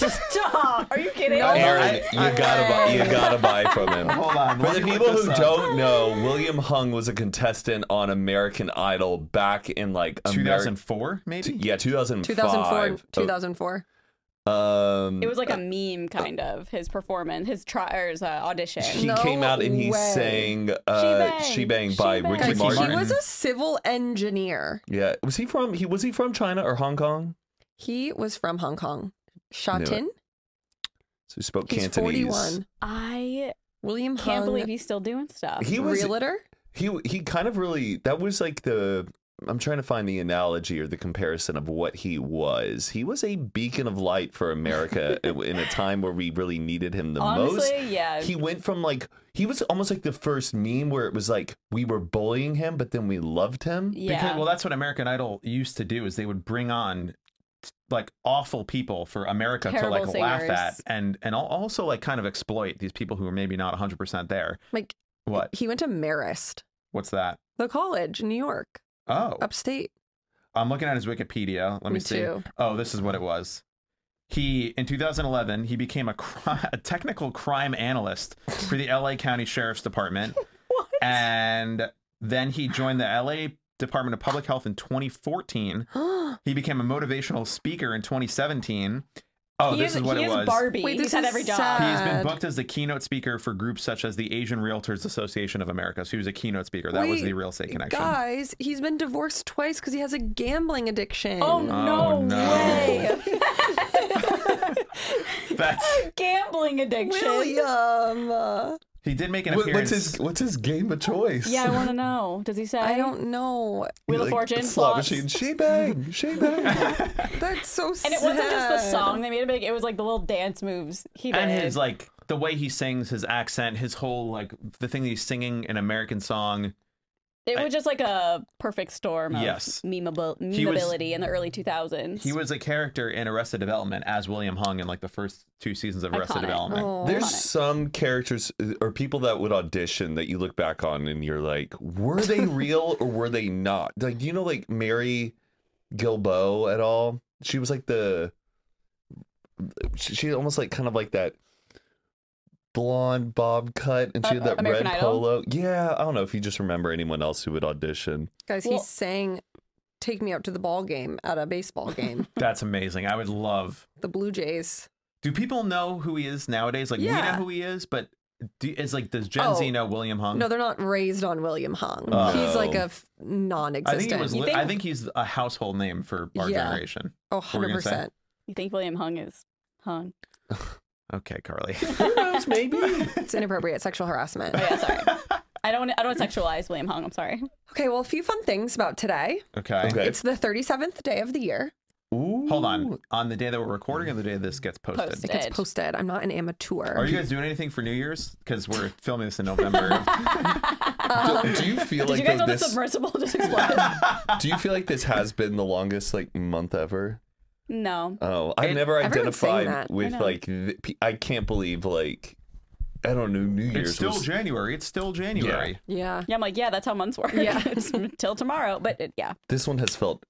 S1: Stop. Are you kidding?
S4: No.
S1: <laughs>
S3: Aaron,
S2: I-
S3: you
S2: I-
S3: gotta buy, you gotta buy from him.
S2: <laughs> Hold on.
S3: For the people who
S2: uh,
S3: don't know, William Hung was a contestant on American Idol back in like Ameri-
S2: 2004 maybe?
S3: Yeah, 2005.
S4: 2004.
S3: Oh,
S4: 2004.
S3: Um,
S1: It was like a meme, kind of his performance, his try or his uh, audition.
S3: he
S4: No
S3: came out and he
S4: way.
S3: sang uh,
S1: She
S3: "She Bang"
S1: Bang.
S3: by
S1: She Bang.
S3: Ricky
S4: Guys,
S2: Ricky
S3: Martin.
S4: he was a civil engineer.
S3: yeah, was he from? He was he from China or Hong Kong?
S4: He was from Hong Kong. Sha
S3: Knew it.
S4: Tin.
S3: So he spoke
S4: He's
S3: Cantonese.
S4: 41.
S1: I
S4: William
S1: can't
S4: Hung,
S1: believe he's still doing stuff.
S3: He was
S4: realtor.
S3: he he kind of really that was like the I'm trying to find the analogy or the comparison of what he was. He was a beacon of light for America in in a time where we really needed him the most.
S1: Honestly, yeah.
S3: He went from like he was almost like the first meme where it was like we were bullying him, but then we loved him.
S1: yeah.
S2: Because, well, that's what American Idol used to do is they would bring on like awful people for America
S1: Terrible
S2: to like laugh
S1: singers.
S2: at and and al- also like kind of exploit these people who are maybe not 100% there.
S4: Like
S2: What?
S4: he went to Marist,
S2: What's that?
S4: the college in New York,
S2: Oh.
S4: upstate.
S2: I'm looking at his Wikipedia. Let me,
S4: Me
S2: see. <gasps>
S4: too.
S2: Oh, this is what it was. He in 2011 he became a, cri- <laughs> a technical crime analyst for the LA County Sheriff's Department,
S1: <laughs> What?
S2: and then he joined the LA Department of Public Health in 2014. He became a motivational speaker in 2017. Oh,
S1: he
S2: this
S1: is,
S2: is what
S1: he
S2: it
S1: is
S2: was.
S1: Barbie.
S4: Wait,
S1: He's
S4: this
S1: had
S4: is
S1: every job.
S4: sad.
S2: He's been
S4: Bad.
S2: booked as the keynote speaker for groups such as the Asian Realtors Association of America. So he was a keynote speaker. That was
S4: Wait,
S2: the real estate connection.
S4: Guys, he's been divorced twice because he has a gambling addiction.
S1: <laughs> Oh,
S2: no
S1: no,
S2: no. way. <laughs>
S1: way!
S2: That's
S1: Gambling addiction.
S4: William.
S2: he did make an
S3: What-
S2: appearance.
S3: what's his what's his game of choice?
S1: Yeah, I want to know. Does he say?
S4: I don't know.
S1: Wheel of
S3: Like,
S1: Fortune.
S3: slot
S1: slots?
S3: machine.
S1: <laughs>
S3: She bang, she bang.
S4: That's so sad.
S1: And it wasn't just the song they made it big; it was like the little dance moves he did.
S2: and his like the way he sings his accent his whole like the thing that he's singing an american song
S1: it was just like a perfect storm of
S2: Yes.
S1: memeabil-
S2: He was-
S1: memeability in the early 2000s.
S2: he was a character in arrested development as william hung in like the first two seasons of arrested
S1: Iconic.
S2: development
S1: Oh
S4: Oh,
S3: <laughs> There's some characters uh, or people that would audition that you look back on and you're like,
S1: <laughs>
S3: were they real or were they not? Like, do you know, like Mary Gilbo at all? She was like the, she she almost like kind of like that blonde bob cut and she had
S1: Uh,
S3: that
S1: American
S3: red
S1: Idol?
S3: polo. Yeah, I don't know if you just remember anyone else who would audition.
S4: Guys,
S1: Well-
S4: he sang Take Me Out to the Ball Game at a
S2: <laughs>
S4: baseball game.
S2: that's amazing i would love
S4: the Blue Jays.
S2: do people know who he is nowadays like we know
S4: Yeah.
S2: who he is but do, is like does gen z
S4: Oh.
S2: know william hung
S4: No, they're not raised on William Hung.
S3: Oh.
S4: He's like
S3: No.
S4: a f- non
S2: I think,
S4: existent.
S2: he was
S1: You
S2: li-
S1: think-
S2: I think he's a household name for our
S4: Yeah.
S2: generation.
S4: Oh,
S2: were you gonna
S4: 100%.
S2: say?
S1: you think William Hung is hung?
S2: Okay, Carly.
S3: Who knows, maybe?
S4: It's inappropriate sexual harassment.
S1: Oh <laughs> yeah, sorry. I don't. wanna- I don't want to sexualize William Hung. I'm sorry.
S4: Okay, well, a few fun things about today.
S1: Oh,
S2: Okay.
S3: Okay.
S4: It's the 37th day of the year.
S3: Ooh.
S2: Hold on. On the day that we're recording or the day this gets
S1: Posted.
S4: It gets posted. I'm not an amateur.
S2: Are you guys doing anything for New Year's? Because we're filming this in <laughs> November.
S3: Do, do you feel
S1: uh, <laughs> Did
S3: like
S1: you guys
S3: though
S1: know the
S3: this?
S1: submersible just exploded?
S3: do you feel like this has been the longest like month ever?
S1: no.
S3: Oh, I've
S2: It-
S3: never
S4: everyone's saying
S3: identified
S4: that. I
S3: with
S1: know.
S3: like th- pe- I can't believe like I don't know New Year's
S2: it's still
S3: was
S2: January. It's still January.
S4: yeah.
S1: Yeah, I'm like, yeah, that's how months work.
S4: Yeah.
S1: <laughs> It's till tomorrow. But it, yeah,
S3: this one has felt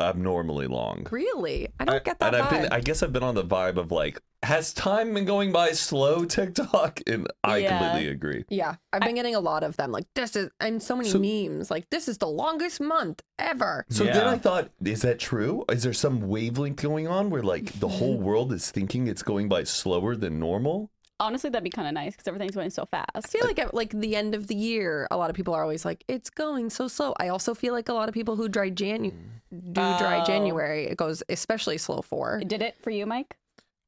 S3: abnormally long.
S4: Really? I don't get that
S3: And I've
S4: vibe.
S3: been I guess I've been on the vibe of like has time been going by slow <laughs> TikTok and I
S1: Yeah.
S3: completely agree.
S4: yeah. I've been getting a lot of them. Like, this is, and so many
S3: So-
S4: memes. Like, this is the longest month ever.
S3: So then
S2: Yeah.
S3: I thought, is that true? Is there some wavelength going on where like
S4: Mm-hmm.
S3: the whole world is thinking it's going by slower than normal?
S1: honestly, that'd be kind of nice because everything's going so
S4: I
S1: fast.
S4: feel like at like the end of the year, a lot of people are always like, "It's going so slow." I also feel like a lot of people who dry Janu do dry
S1: Oh.
S4: January. It goes especially slow for.
S1: Did it for you, Mike?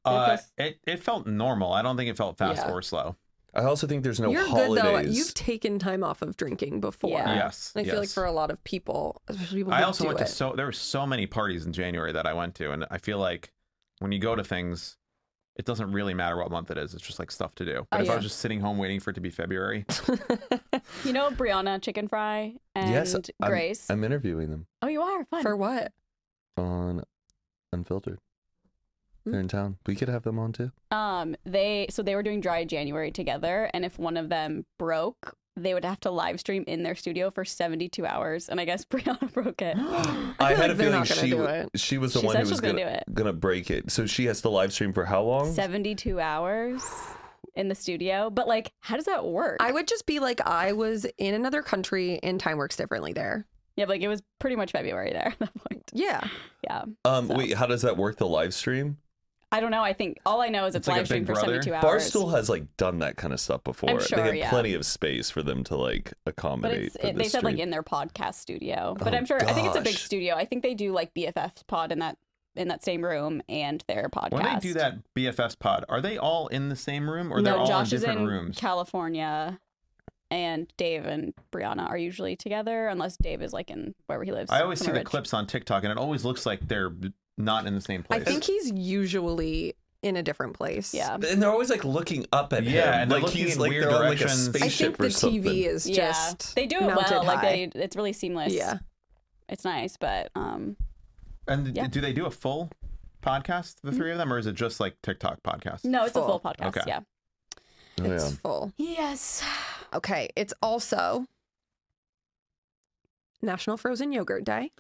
S2: Uh,
S1: Because-
S2: it, it felt normal. I don't think it felt fast
S4: Yeah.
S2: or slow.
S3: I also think there's no
S4: You're good
S3: holidays.
S4: though. You've taken time off of drinking before.
S1: Yeah.
S2: Yes.
S4: And I feel like
S2: yes.
S4: for a lot of people, especially people.
S2: I
S4: who
S2: also
S4: do
S2: went
S4: it.
S2: to so there were so many parties in January that I went to, and I feel like when you go to things, it doesn't really matter what month it is. It's just like stuff to
S4: Oh,
S2: do. But if I
S1: yeah.
S2: was just sitting home waiting for it to be February,
S1: You know Brianna Chicken Fry and
S3: yes, I'm-
S1: Grace.
S3: I'm interviewing them.
S1: oh, you are
S4: <laughs>
S1: fun.
S4: for what?
S3: on Unfiltered.
S4: Hmm.
S1: Mm.
S3: They're in town. We could have them
S1: <gasps>
S3: on too.
S1: Um, they so they were doing dry January together, and if one of them broke, they would have to live stream in their studio for 72 hours. And I guess <laughs> Brianna broke it.
S3: I,
S4: feel
S3: had
S4: like
S3: a
S4: they're
S3: feeling
S4: not gonna
S3: she
S4: do
S3: w-
S4: it.
S3: she was the
S1: She
S3: one
S1: said
S3: who
S1: she was
S3: was
S1: gonna
S3: gonna gonna,
S1: do it.
S3: break it. So she has to live stream for how long?
S1: 72 hours in the studio. But like, how does that work?
S4: I would just be like, I was in another country, and time works differently there.
S1: yeah, but like it was pretty much February there at <laughs> that point.
S4: Yeah.
S1: Yeah,
S3: Um,
S1: So.
S3: wait, how does that work? The live stream?
S1: I don't know. I think all I know is it's,
S2: It's like a
S1: live stream
S2: Big
S1: for
S2: Brother.
S1: 72 hours.
S3: Barstool has like done that kind of stuff before.
S1: sure,
S3: they had
S1: yeah.
S3: plenty of space for them to like
S1: but
S3: accommodate.
S1: it's,
S3: for
S1: it, they
S3: this
S1: said like
S3: stream.
S1: in their podcast studio. But
S3: Oh,
S1: I'm sure I think it's a big
S3: gosh.
S1: studio. I think they do like BFF's pod in that in that same room and their podcast.
S2: when they do that BFFs pod, are they all in the same room or they're all
S1: Josh
S2: in different
S1: is in
S2: rooms?
S1: California. and Dave and Brianna are usually together, unless Dave is like in wherever he lives.
S6: I always see
S1: somewhere
S6: the
S1: rich.
S6: clips on TikTok, and it always looks like they're not in the same
S4: I
S6: place.
S4: think he's usually in a different place.
S1: Yeah,
S3: And they're always like looking up at
S6: Yeah,
S3: him.
S6: and they're
S3: like
S6: looking
S3: he's
S6: in
S3: like
S6: weird
S3: they're on like a
S6: directions. I
S4: I
S3: spaceship
S4: think the
S3: or something.
S4: TV is
S1: yeah.
S4: just
S1: they do it
S4: mounted
S1: well. Like
S4: high.
S1: they, it's really seamless.
S4: yeah.
S1: it's nice, but um,
S6: and
S1: Yeah. Mm-hmm.
S6: do they do a full podcast, the three of them, or is it just like TikTok podcast?
S1: no, it's a
S4: Full.
S1: full podcast.
S6: Okay.
S1: Yeah.
S3: Oh,
S4: It's
S3: yeah.
S4: full.
S1: Yes.
S4: Okay. It's also National Frozen Yogurt Day.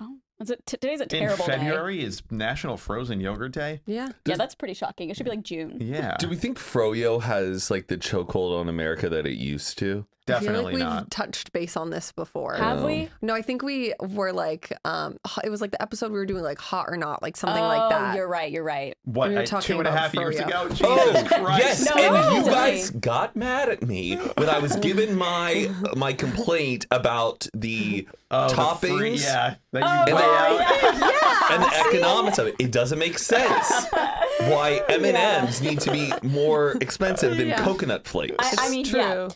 S1: Oh, is it, t- today's a
S6: In
S1: terrible day.
S6: February is National Frozen Yogurt Day.
S4: Yeah.
S1: Yeah, that's pretty shocking. It should be like June.
S6: Yeah,
S3: Do we think Froyo has like the chokehold on America that it used to?
S4: I feel like
S6: definitely
S4: we've
S6: not.
S4: touched base on this before.
S1: Have we?
S4: No, I think we were like, um, h- it was like the episode we were doing like hot or not, like something
S1: Oh,
S4: like that.
S1: You're right. You're right.
S6: What
S4: We were
S6: I-
S4: talking
S6: two and a
S4: about
S6: half years
S4: Froyo. <laughs>
S6: ago? Jesus
S3: Oh
S6: Christ!
S3: yes,
S1: No,
S3: and you
S1: no.
S3: guys got mad at me when I was given my my complaint about the
S6: Oh, the
S3: toppings
S6: free- yeah,
S1: Oh,
S6: that you
S3: And
S6: weigh
S3: they-
S6: out.
S3: <laughs> and the economics of it. It doesn't make sense
S1: <laughs>
S3: why M and M's need to be more expensive than
S4: Yeah.
S3: coconut flakes.
S1: I, I mean, yeah.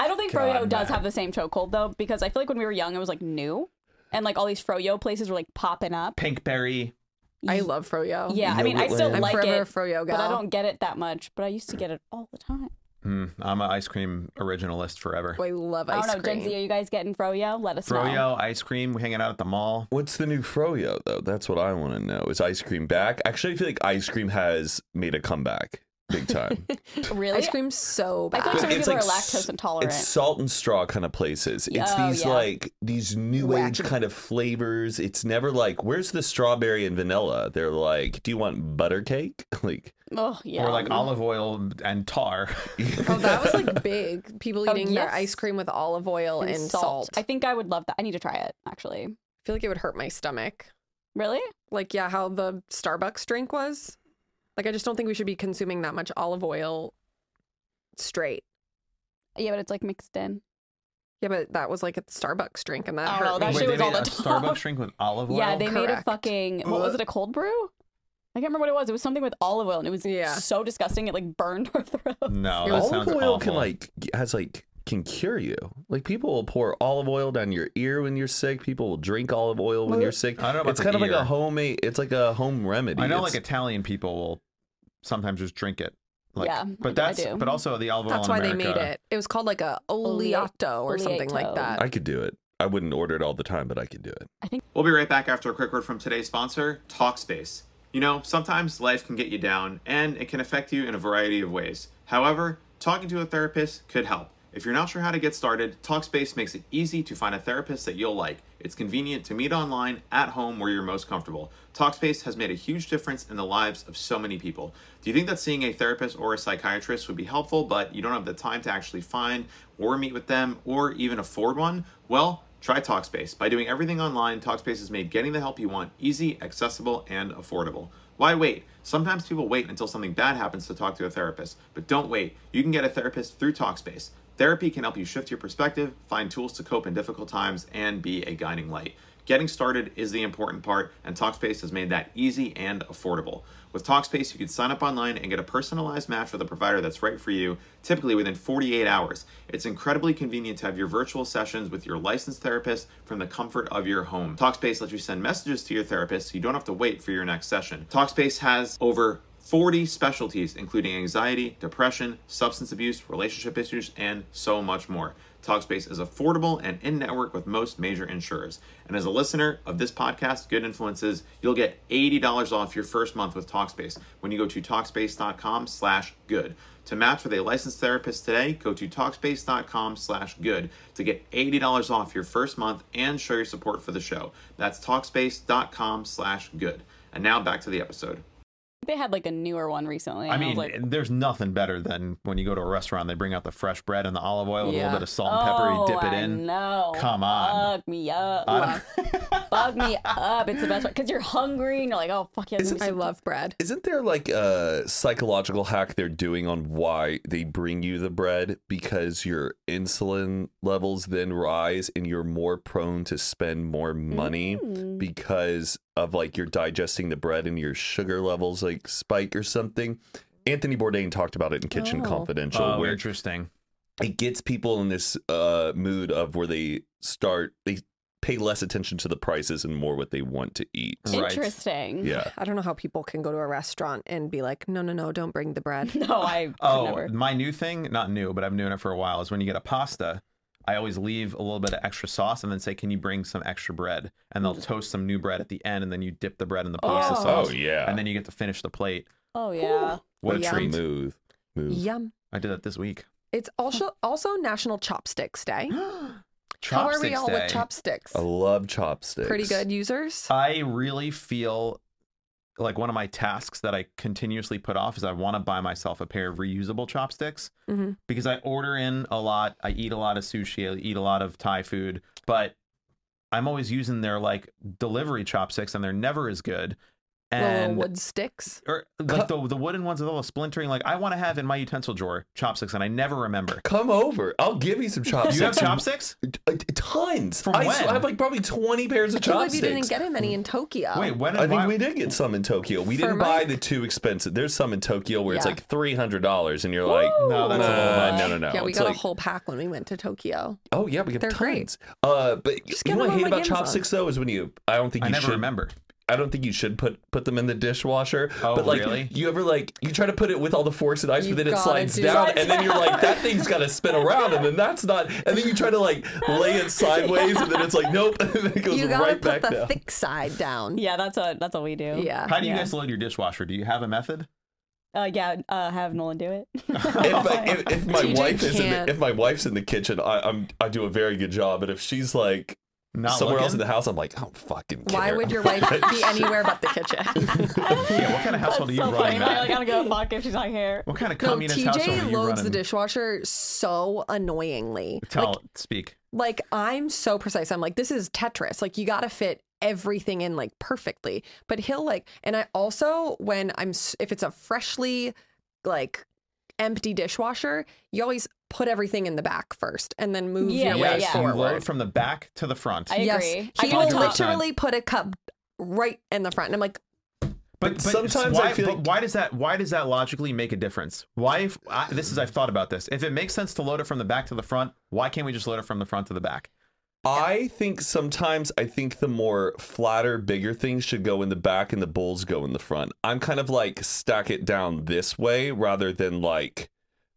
S1: I don't think Froyo
S6: God,
S1: does
S6: man.
S1: have the same chokehold though, because I feel like when we were young, it was like new, and like all these Froyo places were like popping up.
S6: Pinkberry.
S4: I love Froyo.
S1: Yeah, I mean, I
S3: Yogurt
S1: still
S3: land.
S4: I'm
S1: like
S4: forever
S1: it,
S4: a Froyo gal.
S1: but I don't get it that much. But I used to get it all the time.
S6: Mm, I'm an ice cream originalist forever.
S4: I love
S1: I
S4: ice
S1: don't know,
S4: cream.
S1: Gen Z, are you guys getting Froyo? Let us know.
S6: Froyo ice cream. We hanging out at the mall.
S3: What's the new Froyo though? That's what I want to know. Is ice cream back? Actually, I feel like ice cream has made a comeback big time.
S4: <laughs>
S1: Really?
S4: Ice cream's so
S1: I
S4: bad.
S1: feel like so
S3: But
S1: many <laughs>
S3: it's
S1: people are
S3: like s-
S1: lactose intolerant.
S3: It's salt and straw kind of places. It's
S1: Oh,
S3: these
S1: yeah.
S3: like these new age
S4: Wacky.
S3: kind of flavors. It's never like, where's the strawberry and vanilla? They're like, do you want butter cake? <laughs> Like,
S1: oh yeah.
S6: Or like olive oil and tar. <laughs>
S4: oh, that was like big. People
S1: Oh,
S4: eating
S1: yes.
S4: their ice cream with olive oil and, salt.
S1: I
S4: I
S1: think I would love that. I need to try it actually.
S4: feel like it would hurt my stomach.
S1: Really?
S4: Like, yeah, how the Starbucks drink was. Like, I just don't think we should be consuming that much olive oil straight.
S1: Yeah, but it's like mixed in.
S4: Yeah, but that was like a Starbucks drink, and that
S1: I don't know,
S4: hurt
S1: Oh, that
S4: me.
S6: Wait,
S1: shit
S6: they
S1: was
S6: made
S1: all the
S6: a
S1: top.
S6: Starbucks drink with olive oil.
S1: yeah, they made a
S4: correct.
S1: fucking what was it? A cold brew? I can't remember what it was. It was something with olive oil, and it was
S4: Yeah.
S1: so disgusting. It like burned <laughs> our throat.
S6: No,
S4: Your
S6: Oh, that
S3: olive
S6: sounds
S3: oil
S6: awful.
S3: can like has like can cure you. Like people will pour olive oil down your ear when you're sick. People will drink olive oil when
S6: Well,
S3: you're sick.
S6: I don't know about
S3: it's
S6: the
S3: kind of like
S6: ear.
S3: a homemade. It's like a home remedy.
S6: I know,
S3: It's-
S6: like Italian people will sometimes just drink it. Like,
S1: Yeah, I- I
S6: but that's
S1: do.
S6: but also the olive oil.
S4: That's
S6: in
S4: why they made
S6: America-
S4: it. It was called like a oleato or something like
S1: Oleato.
S4: that.
S3: I could do it. I wouldn't order it all the time, but I could do it.
S2: We'll be right back after a quick word from today's sponsor, Talkspace. You know, sometimes life can get you down and it can affect you in a variety of ways. However, talking to a therapist could help. If you're not sure how to get started, Talkspace makes it easy to find a therapist that you'll like. It's convenient to meet online, at home, where you're most comfortable. Talkspace has made a huge difference in the lives of so many people. Do you think that seeing a therapist or a psychiatrist would be helpful, but you don't have the time to actually find or meet with them or even afford one? Well, Try Talkspace. By doing everything online, Talkspace has made getting the help you want easy, accessible, and affordable. Why wait? Sometimes people wait until something bad happens to talk to a therapist, but don't wait. You can get a therapist through Talkspace. Therapy can help you shift your perspective, find tools to cope in difficult times, and be a guiding light. Getting started is the important part, and Talkspace has made that easy and affordable. With Talkspace, you can sign up online and get a personalized match with a provider that's right for you, typically within 48 hours. It's incredibly convenient to have your virtual sessions with your licensed therapist from the comfort of your home. Talkspace lets you send messages to your therapist so you don't have to wait for your next session. Talkspace has over 40 specialties, including anxiety, depression, substance abuse, relationship issues, and so much more. Talkspace is affordable and in network with most major insurers. And as a listener of this podcast, Good Influences, you'll get $80 off your first month with Talkspace when you go to Talkspace.com slash good. To match with a licensed therapist today, go to Talkspace.com slash good to get $80 off your first month and show your support for the show. That's Talkspace.com slash good. And now back to the episode.
S1: They had like a newer one recently.
S6: I
S1: and was
S6: mean,
S1: like,
S6: there's nothing better than when you go to a restaurant, they bring out the fresh bread and the olive oil, with a
S4: Yeah.
S6: little bit of salt and pepper, you dip it
S1: Oh,
S6: in.
S1: No,
S6: Come on.
S1: bug me up,
S6: I
S1: bug me up. It's the best because you're hungry and you're like, oh fuck yeah, this is
S4: I love bread.
S3: Isn't there like a psychological hack they're doing on why they bring you the bread? Because your insulin levels then rise and you're more prone to spend more money
S4: Hmm.
S1: Mm.
S3: because of like you're digesting the bread and your sugar levels like spike or something. Anthony Bourdain talked about it in Kitchen
S4: Oh.
S3: Confidential
S6: Oh,
S3: where
S6: interesting.
S3: it gets people in this uh, mood of where they start they pay less attention to the prices and more what they want to eat.
S2: Right.
S1: Interesting.
S3: Yeah.
S4: I don't know how people can go to a restaurant and be like, no, no, no, don't bring the bread.
S1: <laughs> No, I could
S2: Oh,
S1: never.
S2: my new thing, not new, but I've been doing it for a while, is when you get a pasta, I always leave a little bit of extra sauce and then say, Can you bring some extra bread? And they'll toast some new bread at the end and then you dip the bread in the pasta
S1: Mm. Oh.
S3: Oh
S2: sauce.
S3: yeah.
S2: And then you get to finish the plate.
S1: Oh yeah.
S2: What a
S4: Yeah.
S2: treat.
S3: Move. Move.
S4: Yum.
S2: I did that this week.
S4: It's also also National Chopsticks
S2: <gasps>
S4: Day.
S2: Chopsticks
S4: how are we all
S2: day.
S4: with chopsticks?
S3: I love chopsticks.
S4: Pretty good users.
S2: I really feel like one of my tasks that I continuously put off is I want to buy myself a pair of reusable chopsticks
S4: Mhm.
S2: because I order in a lot. I eat a lot of sushi. I eat a lot of Thai food, but I'm always using their like delivery chopsticks and they're never as good.
S4: Little
S2: And
S4: wood sticks.
S2: or like the, the wooden ones are all splintering. Like I want to have in my utensil drawer chopsticks and I never
S3: <laughs>
S2: remember.
S3: Come over. I'll give you some
S2: Do
S3: chopsticks.
S2: you have chopsticks?
S3: Uh, Tons.
S2: From
S3: I, s-
S2: when?
S3: I have like probably twenty pairs of
S4: I can't believe
S3: chopsticks.
S4: you didn't get him any in Tokyo.
S2: Wait, when?
S3: I
S2: and why-
S3: think we did get some in Tokyo. We
S4: For
S3: didn't buy
S4: Mike?
S3: the too expensive. There's some in Tokyo where it's
S4: Yeah.
S3: like three hundred dollars, and you're like,
S2: No, that's a little
S3: "Nah,
S2: much."
S3: no, no, no.
S4: yeah, we
S3: It's
S4: got
S3: like-
S4: a whole pack when we went to Tokyo.
S3: Oh yeah, we have
S4: They're great.
S3: tons. Uh, but
S4: Just get
S3: you know what
S4: them
S3: I
S4: on,
S3: hate
S4: like,
S3: about
S4: Amazon.
S3: chopsticks though is when you. I don't think
S2: I
S3: you
S2: never
S3: should.
S2: remember.
S3: I don't think you should put put them in the dishwasher.
S2: Oh,
S3: but like
S2: really?
S3: you ever like you try to put it with all the force and ice,
S4: You
S3: but then it
S4: gotta
S3: slides
S4: do
S3: down,
S4: that.
S3: and then you're like that thing's got to spin around, and then that's not. And then you try to like lay it sideways, and then it's like nope, <laughs> and then it goes
S4: You gotta
S3: right
S4: put
S3: back
S4: the
S3: down.
S4: thick side
S2: <laughs>
S4: down.
S1: Yeah, that's what that's what we do.
S4: Yeah.
S2: How do you
S1: Uh, Yeah.
S2: guys load your dishwasher? Do you have a method?
S1: Uh, yeah. Uh, have Nolan do it.
S3: if, I,
S4: <laughs>
S3: if, if my
S4: TJ
S3: wife is in
S4: can't.
S3: the, if my wife's in the kitchen, I, I'm I do a very good job. But if she's like
S2: Not
S3: somewhere else in
S2: looking?
S3: the house, I'm like, I don't fucking care.
S4: Why would your wife be anywhere but the kitchen?
S2: Yeah, what
S1: <laughs>
S2: kind of household are you
S1: so
S2: running?
S1: funny. Like,
S2: Matt?
S1: I gotta go fuck if she's not here.
S2: What kind of
S4: No,
S2: <laughs> communist household are
S4: TJ
S2: you
S4: loads
S2: running?
S4: the dishwasher so annoyingly.
S2: Tell,
S4: Like,
S2: speak.
S4: like I'm so precise. I'm like, this is Tetris. Like you gotta fit everything in like perfectly. But he'll like, and I also when I'm s- if it's a freshly like empty dishwasher, you always put everything in the back first and then move
S1: Yeah,
S4: your
S1: yeah,
S4: way
S1: yeah.
S2: you load
S4: forward.
S2: from the back to the front.
S1: I
S4: yes,
S1: agree. I
S4: he
S1: can
S4: will
S1: do that.
S4: literally put a cup right in the front, and I'm like,
S2: but, but
S3: sometimes
S2: why,
S3: I feel
S2: but
S3: like-
S2: why does that? Why does that logically make a difference? Why? If, I, this is I've thought about this. If it makes sense to load it from the back to the front, why can't we just load it from the front to the back?
S3: I think sometimes I think the more flatter, bigger things should go in the back and the bowls go in the front. I'm kind of like stack it down this way rather than like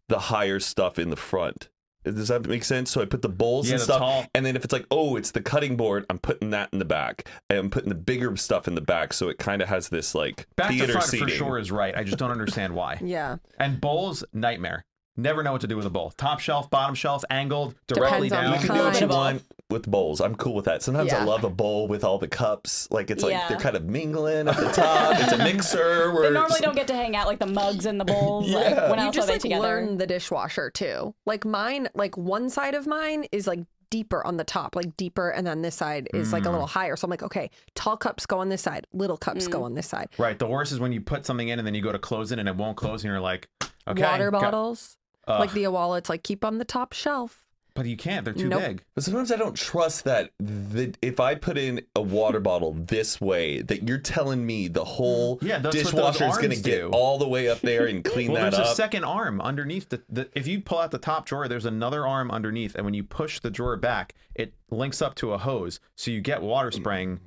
S3: the higher stuff in the front. Does that make sense? So I put the bowls
S2: Yeah,
S3: and
S2: the
S3: stuff,
S2: tall-
S3: and then if it's like, oh, it's the cutting board, I'm putting that in the back. I'm putting the bigger stuff in the back, so it kind of has this like
S2: Back
S3: theater
S2: to front
S3: seating.
S2: for sure is right. I just don't understand why.
S4: <laughs> yeah,
S2: And bowls nightmare. Never know what to do with a bowl. Top shelf, bottom shelf, angled, directly
S4: Depends on
S2: down.
S3: You can do what you
S4: Kind of.
S3: want with bowls. I'm cool with that. Sometimes I
S4: Yeah.
S3: love a bowl with all the cups. Like it's like
S1: Yeah.
S3: they're kind of mingling at the top.
S1: <laughs>
S3: it's a mixer. Where
S1: They normally don't get to hang out like the mugs and the bowls. Like,
S3: Yeah.
S1: when
S4: you
S1: else
S4: just
S1: are they
S4: like
S1: together?
S4: learn the dishwasher too. Like mine, like one side of mine is like deeper on the top, like deeper, and then this side is like a
S2: Mm.
S4: little higher. So I'm like, okay, tall cups go on this side, little cups go on this side.
S2: Right. The worst is when you put something in and then you go to close it and it won't close and you're like, okay.
S4: Water
S2: got-
S4: bottles,
S2: Ugh.
S4: like the Awala, it's like keep on the top shelf.
S2: But you can't. They're too
S4: Nope.
S2: big.
S3: But sometimes I don't trust that the, if I put in a water bottle this way, that you're telling me the whole
S2: Yeah, that's what those
S3: dishwasher is going to
S2: arms
S3: get
S2: do.
S3: all the way up
S2: <laughs>
S3: there and clean
S2: Well,
S3: that
S2: there's a
S3: up.
S2: second arm underneath the, the. If you pull out the top drawer, there's another arm underneath, and when you push the drawer back, it links up to a hose, so you get water
S3: Mm.
S2: spraying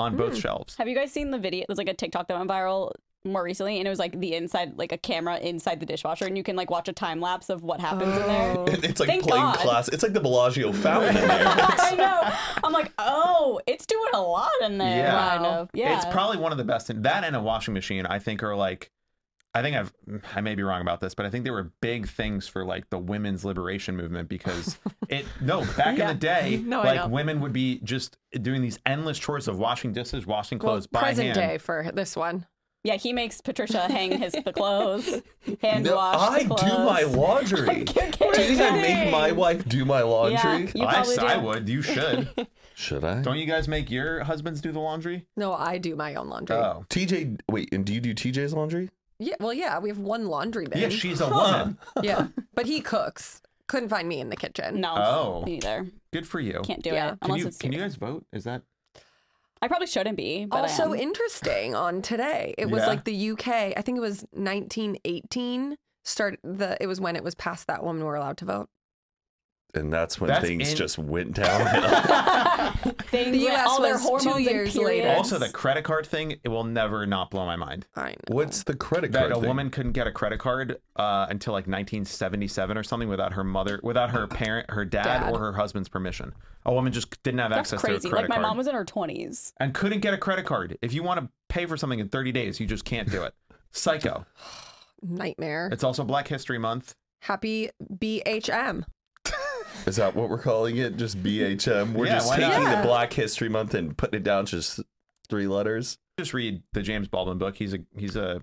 S2: on
S4: Hmm.
S2: both shelves.
S1: Have you guys seen the video? There's like a TikTok that went viral more recently, and it was like the inside, like a camera inside the dishwasher, and you can like watch a time lapse of what happens in
S2: Oh. <laughs>
S1: there.
S3: <laughs> it's like
S1: Thank
S3: playing
S1: God. <laughs>
S3: class. It's like the Bellagio fountain in there.
S1: I know. I'm like, oh, it's doing a lot in there.
S2: Yeah.
S1: Kind of. Yeah.
S2: It's probably one of the best. In, that and a washing machine, I think, are like. I think I've. I may be wrong about this, but I think they were big things for like the women's liberation
S4: <laughs>
S2: movement because it. No, back in the day,
S4: No, I
S2: like
S4: know.
S2: women would be just doing these endless chores of washing dishes, washing clothes
S4: well,
S2: by
S4: present
S2: hand.
S4: day for this one.
S1: yeah. He makes Patricia hang
S2: <laughs>
S1: his the clothes, hand
S3: No,
S1: wash.
S3: I
S1: the
S3: do my
S1: clothes. <laughs>
S3: laundry. do you <laughs> think I make my wife do my laundry?
S1: You
S2: I,
S1: probably
S2: s- I
S1: do.
S2: would.
S4: <laughs>
S2: You should.
S3: Should I?
S2: Don't you guys make your husbands do the laundry?
S4: No, I do my own laundry.
S2: Oh.
S3: TJ, wait, and do you do TJ's laundry?
S4: Yeah, well, yeah, we have one laundry bin.
S2: Yeah, she's a woman. <laughs>
S4: yeah, but he cooks. Couldn't find me in the kitchen.
S1: No.
S2: Oh.
S1: Me either.
S2: Good for you.
S1: Can't do
S4: Yeah.
S1: it
S2: Can
S1: unless
S2: you
S1: it's.
S2: can you guys vote? Is that
S1: I probably shouldn't be. But I
S4: also
S1: am.
S4: interesting on today it was
S2: Yeah.
S4: like the uk i think it was 1918 start the it was when it was passed that women were allowed to vote
S3: and that's when
S2: That's
S3: things
S2: in-
S3: just
S2: <laughs>
S3: went downhill.
S1: Things
S4: The
S1: went-
S4: US
S1: all their
S4: was two
S1: hormones and
S4: years later.
S1: periods.
S2: Also, the credit card thing, it will never not blow my mind.
S4: I know.
S3: What's the credit
S2: That
S3: card?
S2: a
S3: thing?
S2: woman couldn't get a credit card uh, until like 1977 or something without her mother, without her parent, her dad,
S4: Dad.
S2: or her husband's permission. A woman just didn't have
S1: That's
S2: access to
S1: crazy.
S2: a credit
S1: Like my
S2: card
S1: mom was in her twenties.
S2: and couldn't get a credit card. If you want to pay for something in 30 days, you just can't do it. Psycho.
S4: Nightmare.
S2: It's also Black History Month.
S4: Happy BHM.
S3: Is that what we're calling it? Just BHM? We're
S2: Yeah,
S3: just
S2: why not?
S3: taking
S4: Yeah.
S3: the Black History Month and putting it down to just three letters.
S2: Just read the James Baldwin book. He's a he's a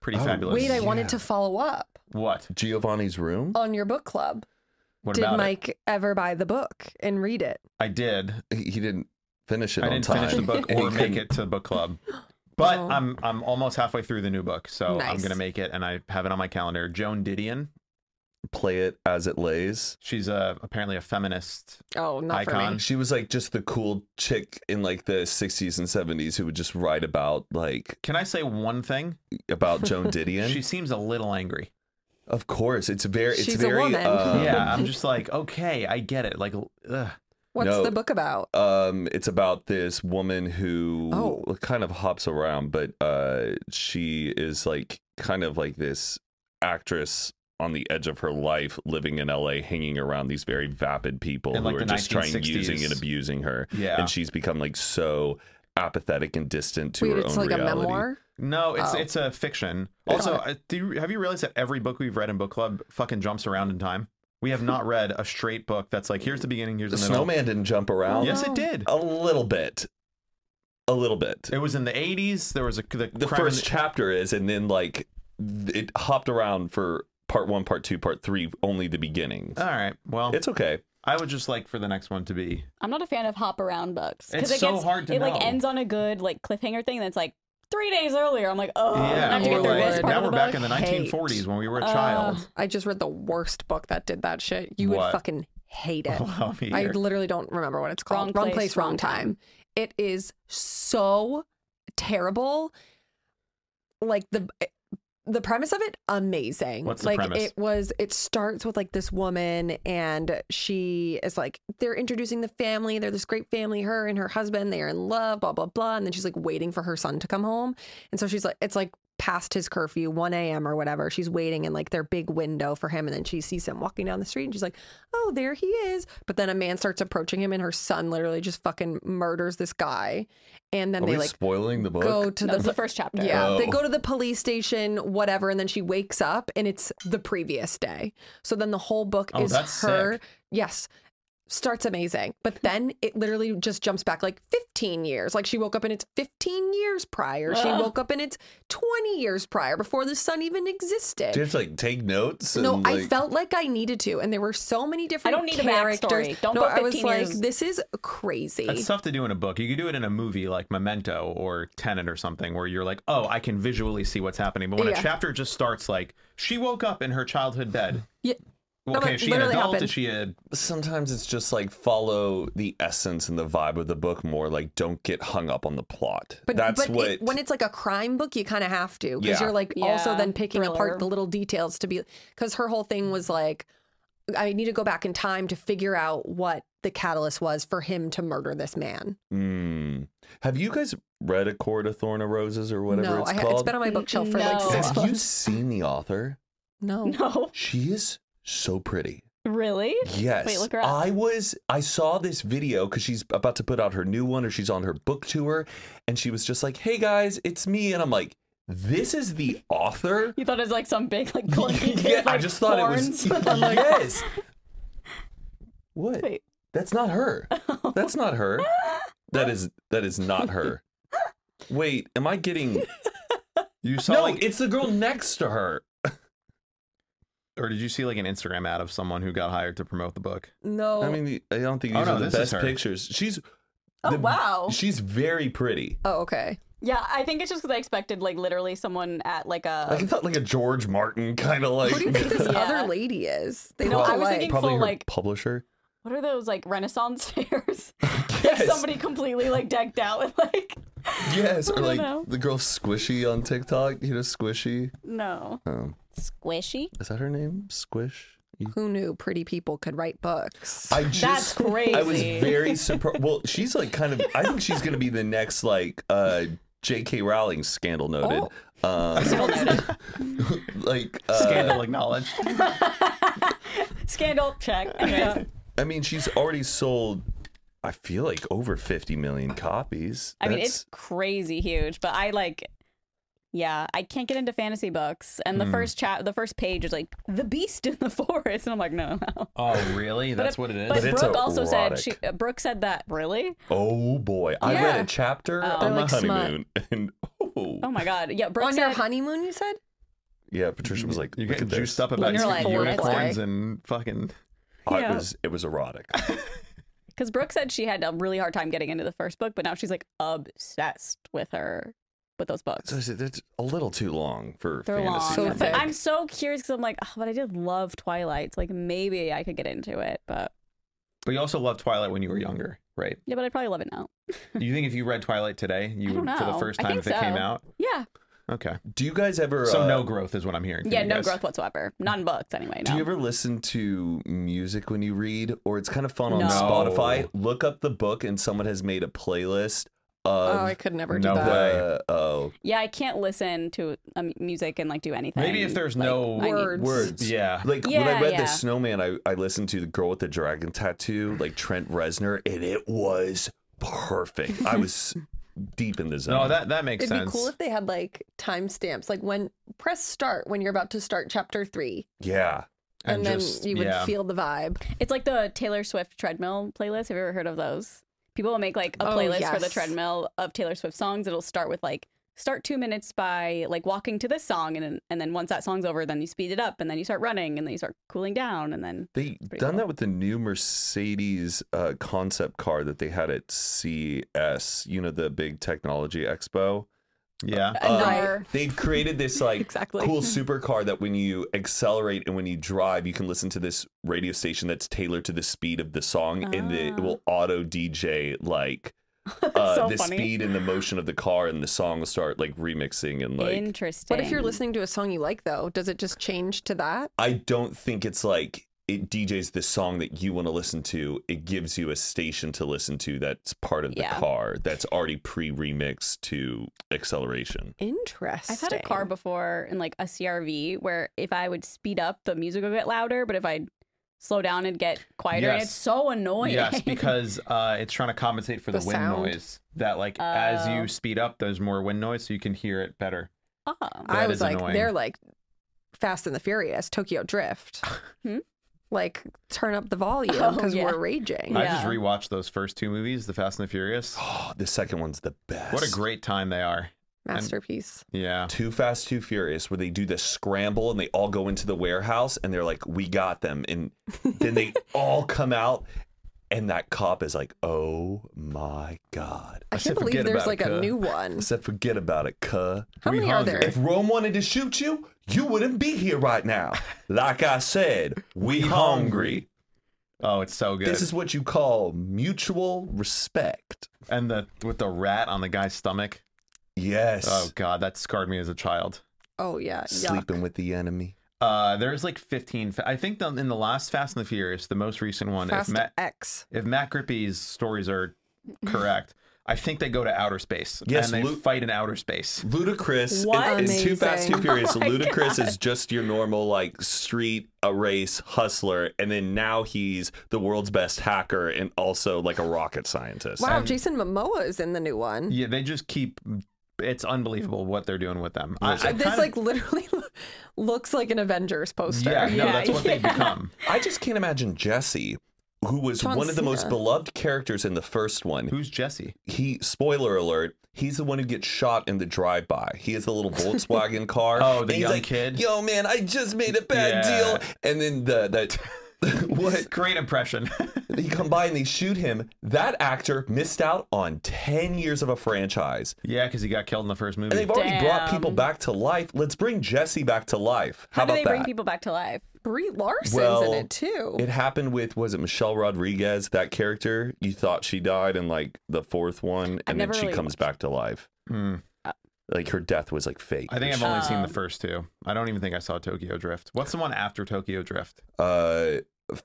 S2: pretty
S3: Oh,
S2: fabulous.
S4: Wait, I
S3: yeah.
S4: wanted to follow up
S2: what?
S3: Giovanni's room.
S4: on your book club.
S2: What
S4: Did
S2: about it?
S4: Mike ever buy the book and read it?
S2: I did.
S3: He, he didn't finish it
S2: I
S3: on
S2: didn't
S3: time.
S2: finish the book
S3: <laughs> and he
S2: or make
S3: couldn't-
S2: it to the
S4: <laughs>
S2: book club. But
S4: Oh.
S2: I'm I'm almost halfway through the new book, so I'm
S4: Nice.
S2: gonna make it, and I have it on my calendar. Joan Didion,
S3: Play it as it lays.
S2: she's a apparently a feminist.
S4: Oh, not for
S2: Icon.
S4: me.
S3: She was like just the cool chick in like the 60s and 70s who would just write about like
S2: Can I say one thing?
S3: about
S2: <laughs>
S3: Joan Didion.
S2: She seems a little angry.
S3: of course, it's very it's
S4: She's a
S3: very
S4: woman.
S3: um, <laughs>
S2: yeah, I'm just like, okay, I get it. Like, ugh.
S4: What's
S3: No.
S4: the book about?
S3: um it's about this woman who
S4: Oh.
S3: kind of hops around but uh she is like kind of like this actress on the edge of her life living in LA hanging around these very vapid people
S2: In,
S3: who
S2: like,
S3: are
S2: the
S3: just trying
S2: 1960s.
S3: using and abusing her
S2: yeah.
S3: and she's become like so apathetic and distant to
S4: Wait,
S3: her
S4: it's
S3: own
S4: like
S3: reality
S4: a memoir.
S2: no, it's
S4: Oh.
S2: it's a fiction.
S3: Yeah.
S2: Also, uh, do you, have you realized that every book we've read in book club fucking jumps around in time? We have not read a straight book that's like, here's the beginning, here's
S3: the
S2: the middle.
S3: snowman didn't jump around
S2: Yes,
S4: Oh.
S2: it did.
S3: a little bit a little bit
S2: It was in the 80s. There was a the,
S3: the
S2: crime in
S3: first chapter is, and then like th- it hopped around for part one, part two, part three, only the beginning.
S2: All right. Well,
S3: it's okay.
S2: I would just like for the next one to be.
S1: I'm not a fan of hop around books. 'Cause
S2: It's
S1: it
S2: so
S1: gets,
S2: hard to
S1: It like
S2: know.
S1: ends on a good like cliffhanger thing, and it's like three days earlier. I'm like, oh, I have to
S4: or
S1: get through
S4: like,
S1: this part
S2: now
S1: of
S2: we're
S1: the
S2: back in
S1: book. Oh,
S2: the
S4: Hate.
S2: 1940s when we were a child.
S4: I just read the worst book that did that shit. You
S2: What?
S4: would fucking hate
S2: <laughs>
S4: it.
S2: Wow, Peter.
S4: I literally don't remember what it's called. Wrong,
S1: Wrong Place,
S4: place,
S1: Wrong
S4: wrong, time. It is so terrible. Like the eh, the premise of it, amazing.
S2: What's the
S4: like
S2: premise?
S4: it was it starts with like this woman and she is like they're introducing the family, they're this great family, her and her husband, they're in love, blah, blah, blah. And then she's like waiting for her son to come home. And so she's like, it's like past his curfew, 1 a.m. or whatever. She's waiting in like their big window for him. And then she sees him walking down the street and she's like, oh, there he is. But then a man starts approaching him and her son literally just fucking murders this guy. And then
S3: Are
S4: they
S3: we
S4: like
S3: spoiling the book?
S4: go to
S1: That
S4: the.
S1: was the first chapter.
S4: yeah, they
S3: Oh.
S4: go to the police station, whatever, and then she wakes up and it's the previous day. So then the whole book
S2: Oh,
S4: is
S2: that's
S4: her.
S2: sick.
S4: Yes, starts amazing, but then it literally just jumps back like 15 years. Like she woke up and it's 15 years prior.
S2: Ah.
S4: She
S1: Ugh.
S4: woke up and it's 20 years prior before the sun even existed.
S3: Just like take notes. And,
S4: no, I
S3: like-
S4: felt like I needed to, and there were so many different.
S1: don't need a
S4: characters.
S1: backstory. Don't
S4: no,
S1: go
S4: I was
S1: 15
S4: like,
S1: years.
S4: this is crazy.
S2: That's tough to do in a book. You could do it in a movie like Memento or Tenet or something where you're like, oh, I can visually see what's happening. But when a
S4: Yeah.
S2: chapter just starts like, she woke up in her childhood bed.
S4: Yeah.
S2: Well,
S4: No,
S2: okay,
S4: it
S2: is she an
S4: literally
S2: adult?
S4: happened.
S2: Is she a.
S3: sometimes it's just like follow the essence and the vibe of the book more. Like don't get hung up on the plot.
S4: But,
S3: That's
S4: but
S3: what
S4: it, when it's like a crime book, you kind of have to because
S3: Yeah.
S4: you're like
S1: Yeah,
S4: also then picking
S1: thriller.
S4: apart the little details to be because her whole thing was like, I need to go back in time to figure out what the catalyst was for him to murder this man.
S3: Mm. Have you guys read A Court of Thorn of Roses or whatever
S4: no,
S3: it's
S4: I, ha-
S3: called?
S4: it's been on my bookshelf for like
S1: No.
S4: six
S1: <laughs>
S3: Have you
S4: months.
S3: seen the author?
S4: No,
S1: <laughs> No,
S3: She is so pretty.
S1: really?
S3: Yes.
S1: Wait, look her up.
S3: I was I saw this video because she's about to put out her new one or she's on her book tour, and she was just like, Hey guys, it's me. And I'm like, This is the author?
S1: You thought it was like some big <laughs> like clunky kid,
S3: yeah, I
S1: like,
S3: just thought
S1: horns. <laughs>
S3: it was <laughs> Yes. What?
S1: Wait.
S3: That's
S1: <laughs>
S3: not her. That's not her. That is that is not her. Wait, am
S1: <laughs>
S3: I getting
S2: You saw
S3: No,
S2: like.
S3: it's the girl next to her.
S2: or did you see like an Instagram ad of someone who got hired to promote the book?
S4: no.
S3: I mean, I don't think
S2: Oh,
S3: these
S2: no,
S3: are the
S2: this is
S3: best
S2: her.
S3: pictures. She's
S1: Oh,
S3: the-
S1: wow.
S3: She's very pretty.
S4: oh, okay.
S1: yeah, I think it's just because I expected like literally someone at like a.
S3: I thought like a George Martin kind of like.
S4: Who do you think
S3: <laughs>
S4: this
S1: <laughs> Yeah.
S4: other lady is? They
S1: No,
S4: look
S1: I was
S4: alike.
S1: thinking-
S3: Probably
S1: full,
S3: her
S1: like-
S3: publisher.
S1: what are those like Renaissance <laughs> fairs?
S3: Yes.
S1: Somebody completely like decked out with like
S3: Yes,
S1: I
S3: or
S1: don't
S3: like
S1: know.
S3: the girl Squishy on TikTok. You know Squishy.
S1: no
S3: Um,
S1: squishy.
S3: is that her name? Squish.
S4: Who knew pretty people could write books?
S3: I just,
S1: That's crazy.
S3: I was
S1: <laughs>
S3: very surprised. Well, she's like kind of. I think she's going to be the next like uh J.K. Rowling scandal noted.
S1: Oh.
S3: Um, <laughs> like uh,
S2: Scandal acknowledged.
S1: Scandal check. Anyway,
S3: I mean, she's already sold. I feel like over 50 million copies.
S1: I mean,
S3: That's-
S1: it's crazy huge, but I like. Yeah, I can't get into fantasy books, and the
S3: Mm.
S1: first chat, the first page is like the beast in the <laughs> forest, and I'm like, no, no, no.
S2: <laughs> Oh, really? That's what it is.
S1: But,
S3: But it's
S1: Brooke also said she.
S3: erotic.
S1: uh, Brooke said that really.
S3: oh boy. I read
S4: Yeah.
S3: a chapter
S4: They're
S3: on my
S4: like smut.
S3: honeymoon, and <laughs> oh,
S1: Oh my god. Yeah, Brooke
S4: On
S1: said,
S4: your honeymoon, you said?
S3: yeah, Patricia was like,
S2: You're
S3: "Look
S2: getting
S3: at this."
S2: juiced up about
S1: You're like,
S2: unicorns
S4: "Foreplay."
S2: and fucking.
S3: I
S1: Yeah.
S3: was. It was erotic.
S1: because Brooke said she had a really hard time getting into the first book, but now she's like obsessed with her with those books.
S3: So I said, that's a little too long for
S1: They're long.
S3: fantasy. for
S4: So
S3: me.
S1: but
S4: thick.
S1: I'm so curious because I'm like, oh, but I did love Twilight. So like maybe I could get into it, but
S2: But you also loved Twilight when you were younger, right?
S1: yeah, but I probably love it now.
S2: You think if you read Twilight today, you
S1: I don't
S2: would for the
S1: know.
S2: first
S1: I
S2: time
S1: think
S2: if it came
S1: so.
S2: out?
S1: Yeah,
S2: Okay.
S3: Do you guys ever?
S2: So
S3: uh,
S2: no growth is what I'm hearing. from
S1: yeah,
S2: you
S1: no
S2: guys.
S1: growth whatsoever. Not in books anyway. No.
S3: Do you ever listen to music when you read, or it's kind of fun on
S1: No.
S3: Spotify? Look up the book, and someone has made a playlist of.
S4: oh, I could never
S2: no
S4: do
S3: the-
S4: that.
S2: way.
S3: oh,
S1: yeah, I can't listen to um, music and like do anything.
S2: Maybe if there's
S1: Like,
S2: no
S1: I need-
S4: words.
S3: words.
S2: Yeah.
S3: Like when I
S1: Yeah,
S3: read
S1: yeah.
S3: The Snowman, I, I listened to The Girl with the Dragon Tattoo, like Trent Reznor, and it was perfect. I was deep in the zone.
S2: No, that that makes
S4: It'd
S2: sense.
S4: be cool if they had like timestamps, like when press start when you're about to start chapter three,
S3: Yeah.
S4: and, then
S2: just-
S4: you would
S2: yeah.
S4: feel the vibe.
S1: It's like the Taylor Swift treadmill playlist. Have you ever heard of those? People will make like a
S4: Oh,
S1: playlist for the
S4: yes.
S1: treadmill of Taylor Swift songs. It'll start with like start two minutes by like walking to this song, and then- and then once that song's over, then you speed it up, and then you start running, and then you start cooling down, and then
S3: They
S1: pretty
S3: done
S1: cool.
S3: that with the new Mercedes uh, concept car that they had at CS, you know, the big technology expo.
S2: Yeah.
S1: another.
S3: They've created
S1: <laughs>
S3: this like
S4: Exactly.
S3: cool supercar that when you accelerate and when you drive, you can listen to this radio station that's tailored to the speed of the song and the, it
S1: Ah.
S3: will auto DJ
S1: <laughs>
S3: like uh,
S1: so
S3: the
S1: funny.
S3: speed and the motion of the car and the song will start like remixing and like
S1: Interesting.
S4: What if you're listening to a song you like though? Does it just change to that?
S3: I don't think it's like it DJs the song that you want to listen to. It gives you a station to listen to that's part of the
S1: Yeah.
S3: car that's already pre-remixed to acceleration.
S4: Interesting.
S1: I've had a car before in like a CRV where if I would speed up, the music would get louder, but if I slow down, it'd get quieter, and
S2: Yes.
S1: it's so annoying. <laughs>
S2: Yes, because uh, it's trying to compensate for the,
S4: The
S2: wind
S4: sound.
S2: noise. That like as
S1: Oh.
S2: you speed up, there's more wind noise, so you can hear it better.
S1: Ah.
S4: I
S2: That
S4: was
S2: is
S4: like,
S2: annoying.
S4: they're like Fast and the Furious, Tokyo Drift.
S1: Hmm?
S4: Like, turn up the volume
S1: Oh,
S4: because
S1: yeah.
S4: we're raging.
S2: I
S1: Yeah.
S2: just rewatched those first two movies, The Fast and the Furious.
S3: Oh, the second one's the best.
S2: What a great time they are.
S4: Masterpiece.
S2: Yeah.
S3: Too Fast, Too Furious, where they do the scramble and they all go into the warehouse and they're like, "We got them," and
S4: <laughs>
S3: then they all come out, and that cop is like, "Oh my god!"
S4: I
S2: said
S4: can't believe
S2: forget
S4: there's
S2: about
S4: like
S2: it,
S4: a
S2: cuh.
S4: new
S3: I
S4: one.
S3: said, "Forget about it, cuh."
S4: How
S2: We
S4: many are
S2: hungry.
S4: there?
S3: If Rome wanted to shoot you, you wouldn't be here right now. Like I said, we hungry.
S2: Oh, it's so good.
S3: This is what you call mutual respect.
S2: and the with the rat on the guy's stomach.
S3: Yes.
S2: Oh god, that scarred me as a child.
S4: Oh, yeah. Yuck.
S3: Sleeping with the enemy.
S2: Uh, there's like 15. Fa- I think the, in the last Fast and the Furious, the most recent one,
S4: Fast
S2: if Matt
S4: X.
S2: if Matt Grippy's
S4: <laughs>
S2: stories are correct, I think they go to outer space.
S3: Yes,
S2: and they
S3: Luke-
S2: fight in outer space.
S3: Ludacris
S1: What?
S3: and, Too Fast, Too
S4: Amazing.
S3: Furious.
S4: <laughs>
S1: Oh my
S3: Ludacris is just your normal like street a race hustler, and then now he's the world's best hacker and also like a rocket scientist.
S4: Wow, Jason Momoa is in the new one.
S2: Yeah, they just keep. It's unbelievable what they're doing with them. I, I
S4: this,
S2: kind of-
S4: like, literally <laughs> looks like an Avengers poster.
S2: yeah, no,
S1: Yeah,
S4: <laughs>
S2: that's what they
S1: yeah.
S2: become.
S3: I just can't imagine Jesse, who was
S4: John
S3: one of the most
S4: Cena.
S3: beloved characters in the first one,
S2: Who's Jesse?
S3: he spoiler alert he's the one who gets shot in the drive-by he has
S2: <laughs>
S3: the little volkswagen car
S2: Oh, the
S3: and he's
S2: young
S3: like,
S2: kid?
S3: yo man i just made a bad
S2: Yeah.
S3: deal and then the that
S2: <laughs>
S3: what
S2: Great impression. <laughs>
S3: he come by and <laughs> they shoot him that actor missed out on 10 years of a franchise
S2: yeah, because he got killed in the first movie.
S3: and they've already brought
S1: Damn.
S3: people back to life let's bring jesse back to life how,
S1: How, do
S3: about
S1: they
S3: that
S1: bring people back to life?
S4: Brie Larson's
S3: Well,
S4: in it, too.
S3: it happened with was it Michelle Rodriguez that character you thought she died in like the fourth one and then
S1: never
S3: she
S1: really
S3: comes
S1: watched.
S3: back to life.
S2: Hmm.
S3: like her death was like fake.
S2: I think I've only seen the
S1: Um,
S2: first two. I don't even think I saw Tokyo Drift. What's the one after Tokyo Drift?
S3: uh,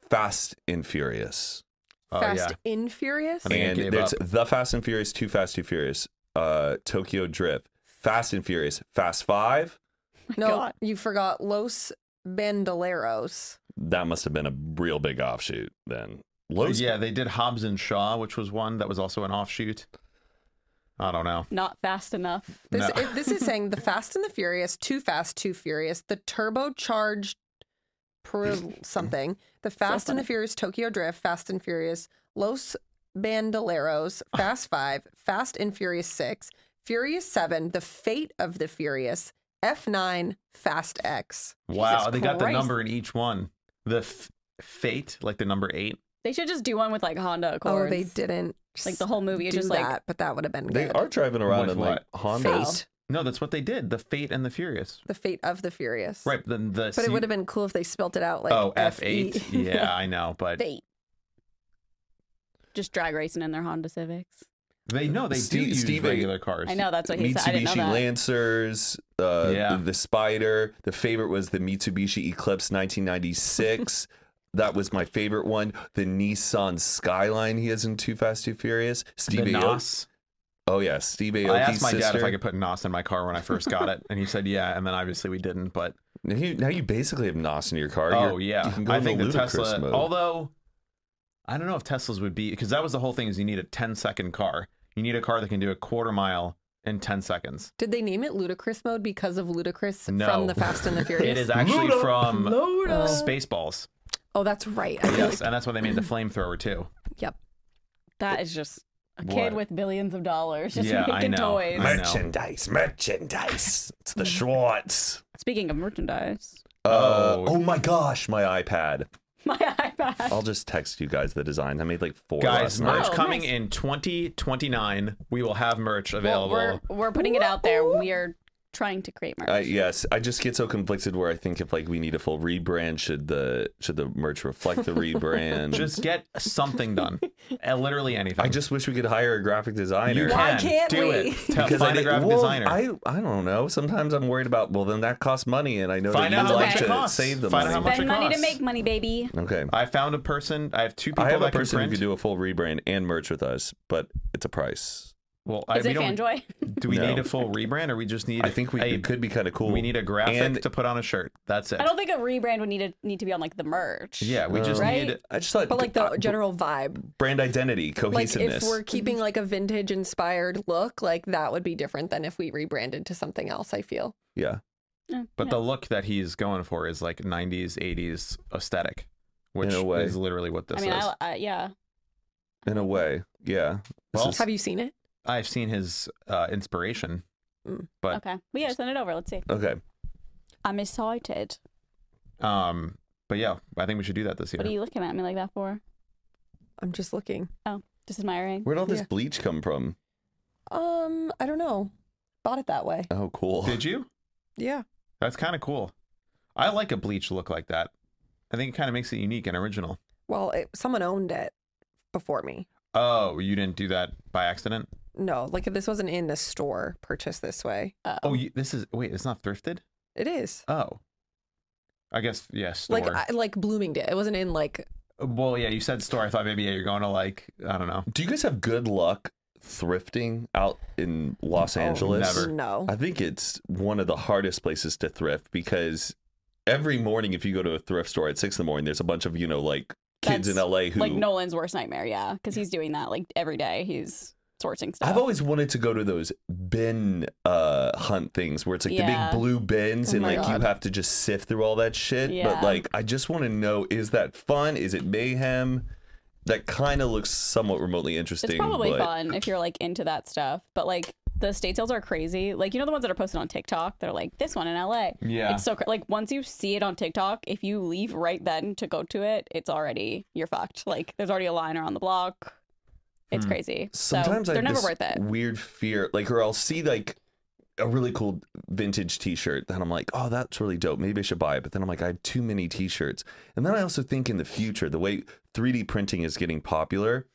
S3: Fast and Furious,
S2: Oh
S4: Fast
S2: yeah.
S4: and Furious.
S2: I mean- think I
S3: and
S2: gave
S3: there's
S2: up.
S3: the Fast and Furious, Too Fast, Too Furious, uh, Tokyo Drift, Fast and Furious, Fast Five.
S4: no,
S1: God.
S4: you forgot Los Bandoleros.
S3: That must have been a real big offshoot then. Los
S2: yeah, they did Hobbs and Shaw, which was one that was also an offshoot. I don't know.
S1: Not fast enough.
S4: This
S2: No.
S4: it- this is saying the Fast and the Furious, Too Fast, Too Furious, the turbocharged per
S2: <laughs>
S4: something, the Fast and the
S1: funny.
S4: Furious Tokyo Drift, Fast and Furious, Los
S2: <laughs>
S4: Bandoleros, Fast Five, Fast and Furious Six, Furious Seven, The Fate of the Furious, F Nine, Fast X.
S2: Wow,
S1: Jesus
S2: they got the
S1: Christ.
S2: number in each one. The f- fate, like the number eight.
S1: They should just do one with like Honda Accords.
S4: Oh, they didn't
S1: Like the whole movie. It's
S4: do
S1: just
S4: that,
S1: like
S4: but that would have been
S3: They
S4: good.
S3: are driving around
S2: With
S3: in like Hondas.
S4: Fate,
S2: No, that's what they did. The Fate and the Furious.
S4: The Fate of the Furious.
S2: Right. Then the
S4: But
S2: C-
S4: it would have been cool if they spelt it out like E.
S2: oh F
S4: F-E.
S2: eight. <laughs> yeah, I know, but
S1: fate. Just drag racing in their Honda Civics.
S2: they know they
S3: Steve-
S2: do use
S3: Steve-
S2: regular cars.
S1: I know that's what he said. I didn't know
S3: Mitsubishi
S1: that.
S3: Lancers, uh,
S2: Yeah.
S3: the, the Spider. The favorite was the Mitsubishi Eclipse
S2: <laughs>
S3: 1996. that was my favorite one. The Nissan Skyline he has in Too Fast, Too Furious.
S2: The
S3: Steve Aoki.
S2: Nos.
S3: Oh, yeah. Steve Aoki's
S2: I asked my
S3: sister.
S2: dad if I could put Nos in my car when I first got it, and he said yeah, and then obviously we didn't. But
S3: Now you, now you basically have NOS in your car.
S2: oh
S3: You're-
S2: yeah,
S3: You can go
S2: I think the
S3: into ludicrous
S2: Tesla.
S3: mode.
S2: Although I don't know if Teslas would be because that was the whole thing is you need a 10 second car. You need a car that can do a quarter mile in 10 seconds.
S4: <laughs> Did they name it Ludicrous Mode because of Ludicrous
S2: No.
S4: from the Fast and the Furious?
S2: <laughs> It is actually
S1: <laughs>
S2: from Spaceballs.
S4: Oh, that's right. I
S2: Yes, and that's why they made the flamethrower too.
S4: Yep.
S1: That is just a
S2: What?
S1: kid with billions of dollars just
S2: Yeah, I
S1: making
S2: know.
S1: toys.
S2: I know.
S3: merchandise, merchandise.
S2: <laughs>
S3: it's the Schwartz.
S1: Speaking of merchandise, <laughs>
S3: Uh,
S2: Oh.
S3: oh my gosh, my iPad.
S1: my iPad.
S3: I'll just text you guys the design. I made like four
S2: Guys,
S3: last
S2: merch
S3: night.
S1: Oh,
S2: coming
S1: nice.
S2: in 2029. We will have merch
S1: Well,
S2: available.
S1: we're we're putting it out there. We are trying to create merch.
S3: I, yes, I just get so conflicted where I think if like we need a full rebrand, should the should the
S2: <laughs>
S3: merch reflect the rebrand?
S2: Just get something
S1: <laughs>
S2: done. Uh, Literally anything.
S3: I just wish we could hire a graphic designer.
S2: You
S4: Why
S2: can
S4: can't
S2: do
S4: we?
S2: it. Tell-
S3: Because I,
S2: Find a
S3: did-
S2: graphic
S3: well,
S2: designer.
S3: I I don't know. Sometimes I'm worried about well then that costs money and I know
S2: Find
S3: that
S2: out
S3: you
S1: how
S3: like
S1: much it
S3: to
S2: costs.
S3: save the
S2: Find out
S3: money.
S2: how much-
S1: Spend
S2: it
S1: money to
S2: costs.
S1: make money, baby.
S3: okay.
S2: I found a person. I have two people
S3: I have
S2: that
S3: a person
S2: can
S3: who
S2: print.
S3: could do a full rebrand and merch with us, but it's a price.
S2: Well, I,
S1: Is
S2: we
S1: it
S2: don't. <laughs>
S1: Fanjoy?
S2: Do we
S3: No.
S2: need a full rebrand, or we just need?
S3: I think we
S2: a,
S3: it could be kind of cool.
S2: We need a graphic
S3: And-
S2: to put on a shirt. That's it. Um,
S1: I don't think a rebrand would need to need to be on like the merch.
S2: yeah, we just
S3: Uh,
S1: Right?
S2: need.
S3: I just thought,
S4: But like
S3: uh,
S4: the general vibe.
S3: brand identity,
S4: Like if
S3: cohesiveness.
S4: we're keeping like a vintage inspired look, like that would be different than if we rebranded to something else, I feel.
S3: yeah,
S1: Yeah,
S2: But
S1: yeah.
S2: the look that he's going for is like '90s, '80s aesthetic, which
S3: a way.
S2: is literally what this
S1: I mean,
S2: is.
S1: I, uh, yeah.
S3: in a way, yeah. This
S2: Well,
S3: is-
S4: Have you seen it?
S2: I've seen his uh, inspiration. But-
S1: Okay. We gotta send it over. Let's see.
S3: okay.
S1: I'm excited.
S2: Um, but yeah, I think we should do that this year.
S1: What are you looking at me like that for?
S4: I'm just looking.
S1: Just admiring.
S3: Where'd all this
S4: Yeah.
S3: bleach come from?
S4: Um, I don't know. Bought it that way.
S3: Oh, cool.
S2: Did you?
S4: Yeah.
S2: That's kind of cool. I like a bleach look like that. I think it kind of makes it unique and original.
S4: Well, it, someone owned it before me.
S2: Oh, you didn't do that by accident?
S4: No, like this wasn't in a store purchased this way.
S1: Uh,
S2: Oh, you, this is wait, it's not thrifted.
S4: It is.
S2: Oh, I guess yes.
S4: Like I, like Bloomingdale. It wasn't in like
S2: Well, yeah, you said store. I thought maybe yeah, you're going to like I don't know.
S3: Do you guys have good luck thrifting out in Los
S4: Oh,
S3: Angeles?
S2: never.
S4: no.
S3: I think it's one of the hardest places to thrift because every morning, if you go to a thrift store at six in the morning, there's a bunch of you know like kids in
S1: That's
S3: LA who
S1: Like Nolan's worst nightmare. Yeah, because he's doing that like every day. He's sourcing stuff.
S3: I've always wanted to go to those bin uh, hunt things where it's like
S1: Yeah.
S3: the big blue bins
S4: Oh
S3: and
S4: my
S3: like
S4: God.
S3: you have to just sift through all that shit.
S1: Yeah.
S3: But like, I just want to know is that fun? Is it mayhem? That kind of looks somewhat remotely interesting.
S1: It's probably
S3: but
S1: fun if you're like into that stuff. But like the state sales are crazy. Like you know the ones that are posted on TikTok. They're like this one in LA.
S2: Yeah.
S1: It's so cra- like once you see it on TikTok, if you leave right then to go to it, it's already you're fucked. Like there's already a line around the block. It's
S2: Hmm.
S1: crazy.
S3: Sometimes
S1: so
S3: I
S1: they're
S3: have
S1: never
S3: this
S1: worth it.
S3: weird fear, like, or I'll see like a really cool vintage T-shirt, then I'm like, oh, that's really dope. Maybe I should buy it. But then I'm like, I have too many T-shirts, and then I also think in the future, the way 3D printing is getting popular,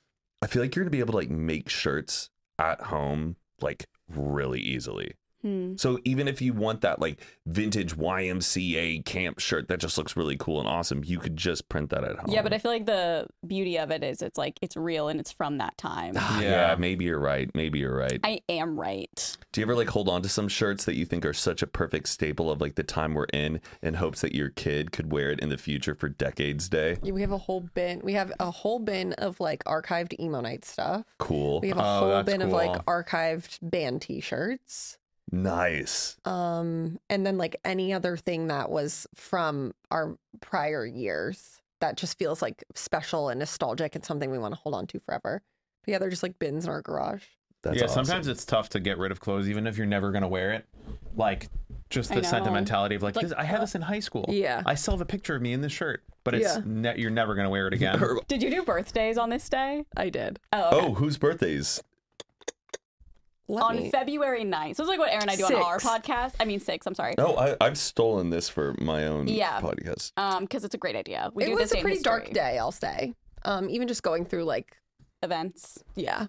S3: I feel like you're gonna be able to like make shirts at home like really easily.
S1: Hmm.
S3: So even if you want that like vintage YMCA camp shirt that just looks really cool and awesome, you could just print that at home.
S1: Yeah, but I feel like the beauty of it is it's like it's real and it's from that time.
S3: Ah, yeah,
S2: Yeah.
S3: maybe you're right. Maybe you're right.
S1: I am right.
S3: Do you ever like hold on to some shirts that you think are such a perfect staple of like the time we're in in hopes that your kid could wear it in the future for decades day?
S4: Yeah, we have a whole bin. We have a whole bin of like archived emo night stuff.
S3: Cool.
S4: We have a
S2: Oh,
S4: whole
S2: that's
S4: bin of like
S2: cool.
S4: archived band t-shirts.
S3: Nice.
S4: Um and then like any other thing that was from our prior years that just feels like special and nostalgic and something we want to hold on to forever. But yeah, they're just like bins in our garage.
S3: That's
S2: yeah,
S3: awesome.
S2: sometimes it's tough to get rid of clothes, even if you're never gonna wear it. Like just
S1: I
S2: the
S1: know.
S2: sentimentality of like,
S1: Like, uh,
S2: this, I had this in high school.
S4: yeah.
S2: I still have a picture of me in this shirt, but it's
S4: Yeah.
S2: ne- you're never gonna wear it again.
S3: Or-
S1: Did you do birthdays on this day?
S4: I did.
S1: Oh, okay.
S3: oh, whose birthdays? Oh,
S4: Let
S1: on
S4: me-
S1: February 9th. So it's like what Aaron and I do on our
S4: Six.
S1: podcast. I mean, six, I'm sorry.
S3: Oh, I, I've stolen this for my own
S1: Yeah.
S3: podcast.
S1: Um, because it's a great idea. We
S4: it
S1: do
S4: was
S1: this
S4: a
S1: day in
S4: pretty dark
S1: history.
S4: day, I'll say. Um, even just going through like
S1: events.
S4: yeah.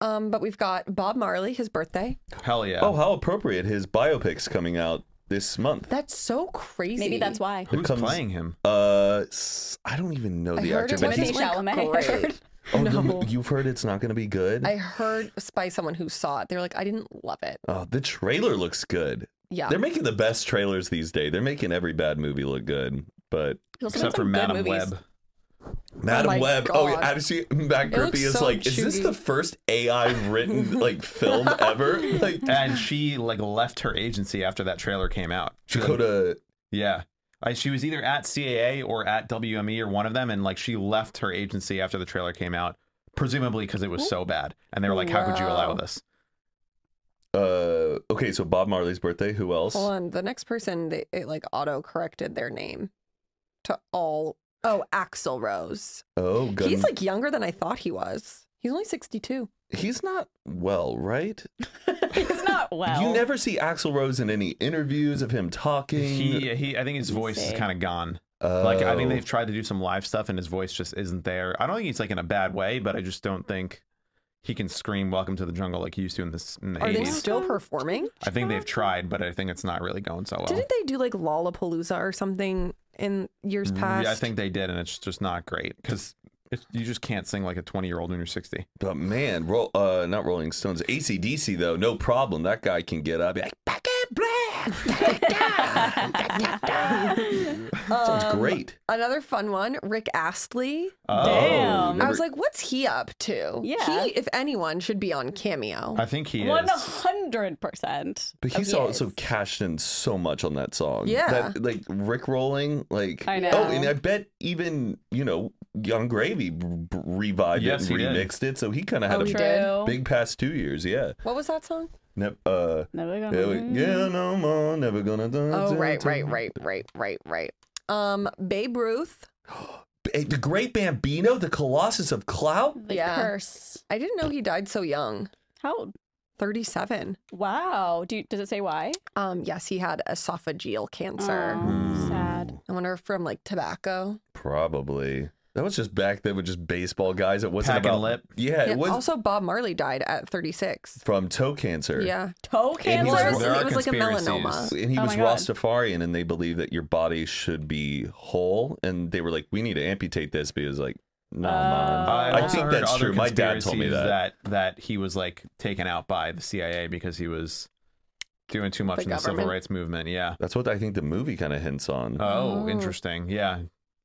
S4: Um, but we've got Bob Marley, his birthday.
S2: Hell yeah.
S3: Oh, how appropriate. His biopic's coming out this month.
S4: That's so crazy.
S1: Maybe that's why.
S2: Who's
S3: comes-
S2: playing him?
S3: Uh, s- I don't even know
S4: I
S3: the
S4: heard
S3: actor,
S4: it
S3: but
S4: was
S1: Timothy
S3: he's.
S4: like-
S1: Chalamet.
S4: great.
S3: Oh, the-
S4: No.
S3: <laughs> you've heard it's not going to be good.
S4: I heard by someone who saw it. They were like, I didn't love it.
S3: oh, the trailer looks good.
S4: Yeah.
S3: They're making the best trailers these days. They're making every bad movie look good. But
S1: He's also
S2: Except
S1: in
S2: for
S1: some good
S2: Madam
S1: movies.
S2: Web.
S3: Madam
S4: my
S3: Web. Oh,
S4: God.
S3: actually, Matt
S4: It looks
S3: Grippy is
S4: so
S3: like, is this
S4: chewy.
S3: the first AI
S4: <laughs>
S3: written like film ever?
S2: <laughs>
S3: Like
S2: And she like left her agency after that trailer came out. She, like,
S3: Dakota.
S2: Yeah. I, she was either at CAA or at WME or one of them, and like she left her agency after the trailer came out, presumably because it was so bad. And they were like, "How could you allow
S4: Wow.
S2: this?"
S3: Uh, okay, so Bob Marley's birthday. Who else?
S4: Hold on. The next person, they it like auto corrected their name to all. Oh, Axel Rose.
S3: Oh, gun-
S4: He's like younger than I thought he was. He's only 62.
S3: he's not well, right?
S1: <laughs> It's not well.
S3: you
S1: <laughs>
S3: never see Axl Rose in any interviews of him talking.
S2: He, he, I think his voice is
S1: see.
S2: kind of gone. Like, I
S3: Oh.
S2: think they've tried to do some live stuff, and his voice just isn't there. I don't think he's like in a bad way, but I just don't think he can scream "Welcome to the Jungle" like he used to in this in the
S4: Are they
S2: eighties.
S4: still
S1: Welcome.
S4: performing?
S2: I think they've tried, but I think it's not really going so well.
S4: Didn't they do like Lollapalooza or something in years past?
S2: Mm, Yeah, I think they did, and it's just not great because you just can't sing like a twenty-year-old when you're sixty.
S3: But man, roll, uh, not Rolling Stones, ACDC though, no problem. That guy can get up. Be like, "Back it, <laughs> bleh."
S4: Um,
S3: Sounds great.
S4: Another fun one, Rick Astley.
S1: Damn.
S3: Oh, Never-
S4: I was like, what's he up to?
S1: Yeah.
S4: He, if anyone, should be on Cameo.
S2: I think he
S1: One
S2: is.
S1: hundred percent.
S3: But he's
S1: Oh, he
S3: also
S1: is.
S3: cashed in so much on that song.
S4: Yeah.
S3: That, like Rick rolling, like
S1: I
S3: Oh,
S1: know.
S3: and I bet even, you know, Young Gravy b- b- revived
S2: Yes,
S3: it and
S2: he did.
S3: remixed it. So he kind of had
S4: Oh,
S3: a
S4: he
S1: True.
S3: big past 2 years, yeah.
S4: What was that song?
S3: Ne- uh
S1: Never gonna
S3: yeah, we-
S1: lose.
S3: yeah, no more, never gonna dance.
S4: Oh, right, right, right, right, right, right. Um, Babe Ruth.
S3: The Great Bambino, the Colossus of Clout.
S1: The
S4: Yeah.
S1: curse.
S4: I didn't know he died so young.
S1: How old?
S4: 37.
S1: Wow. Do you, does it say why?
S4: Um, yes, he had esophageal cancer.
S1: Oh, sad.
S4: I wonder if from like tobacco.
S3: Probably. That was just back then with just baseball guys. It wasn't
S2: Pack and
S3: about
S2: lip.
S3: Yeah,
S4: Yeah,
S3: it was
S4: also, Bob Marley died at 36.
S3: from toe cancer.
S4: Yeah.
S1: Toe
S3: And
S1: cancer.
S3: he was-
S4: Well,
S2: there
S4: it
S2: are
S4: was like a
S2: conspiracies.
S4: melanoma.
S3: And he
S1: Oh
S3: was
S1: my God.
S3: Rastafarian, and they believe that your body should be whole. And they were like, "We need to amputate this," because like, nah, man.
S1: Oh.
S2: I,
S1: I
S2: also
S3: think
S2: heard
S3: that's
S2: other
S3: true. My dad told me
S2: conspiracies
S3: that.
S2: that that he was like taken out by the CIA because he was doing too much
S4: The
S2: in the civil
S4: government.
S2: rights movement. Yeah.
S3: That's what I think the movie kind of hints on.
S2: Oh,
S4: Oh.
S2: interesting. Yeah.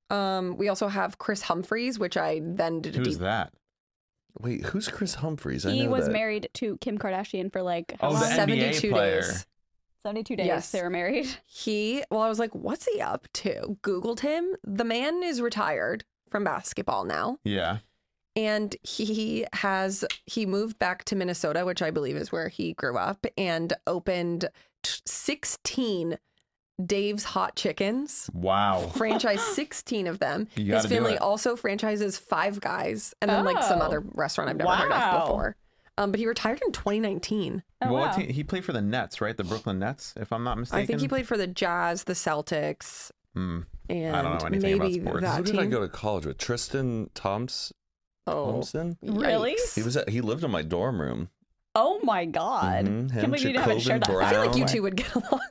S4: Um, we also have Chris Humphreys, which I then did a
S2: Who's
S4: deep
S2: that?
S3: Wait, who's Chris Humphreys? I
S1: he
S3: know
S1: was
S3: that.
S1: married to Kim Kardashian for like how
S2: Oh, the
S1: long?
S2: NBA player.
S4: days.
S1: seventy-two days.
S4: Yes.
S1: They were married.
S4: He, well, I was like, what's he up to? Googled him. The man is retired from basketball now.
S2: Yeah.
S4: and he has he moved back to Minnesota, which I believe is where he grew up, and opened t- 16 Dave's Hot Chickens.
S2: Wow.
S4: Franchise 16 of them.
S2: You
S4: His
S2: gotta do
S4: family
S2: it.
S4: also franchises Five Guys and then like some
S1: Oh.
S4: other restaurant I've never heard
S1: Wow.
S4: of before. Um, but he retired in 2019.
S1: Oh,
S2: well,
S1: wow.
S2: he, he played for the Nets, right? The Brooklyn Nets, if I'm not mistaken.
S4: I think he played for the Jazz, the Celtics,
S2: Hmm.
S4: and
S2: know anything about
S4: maybe
S2: sports.
S4: that
S3: Who did
S4: team.
S3: I go to college with? Tristan Thompson.
S4: oh,
S3: Thompson.
S1: Really?
S4: yikes.
S3: He was. At, he lived in my dorm room.
S1: oh my god.
S2: Mm-hmm.
S3: Mhm, him,
S1: Can't believe you didn't have it
S3: Jacobin
S1: shirt on.
S3: Brown.
S4: I <laughs> feel like you
S3: Wow.
S4: two would get along.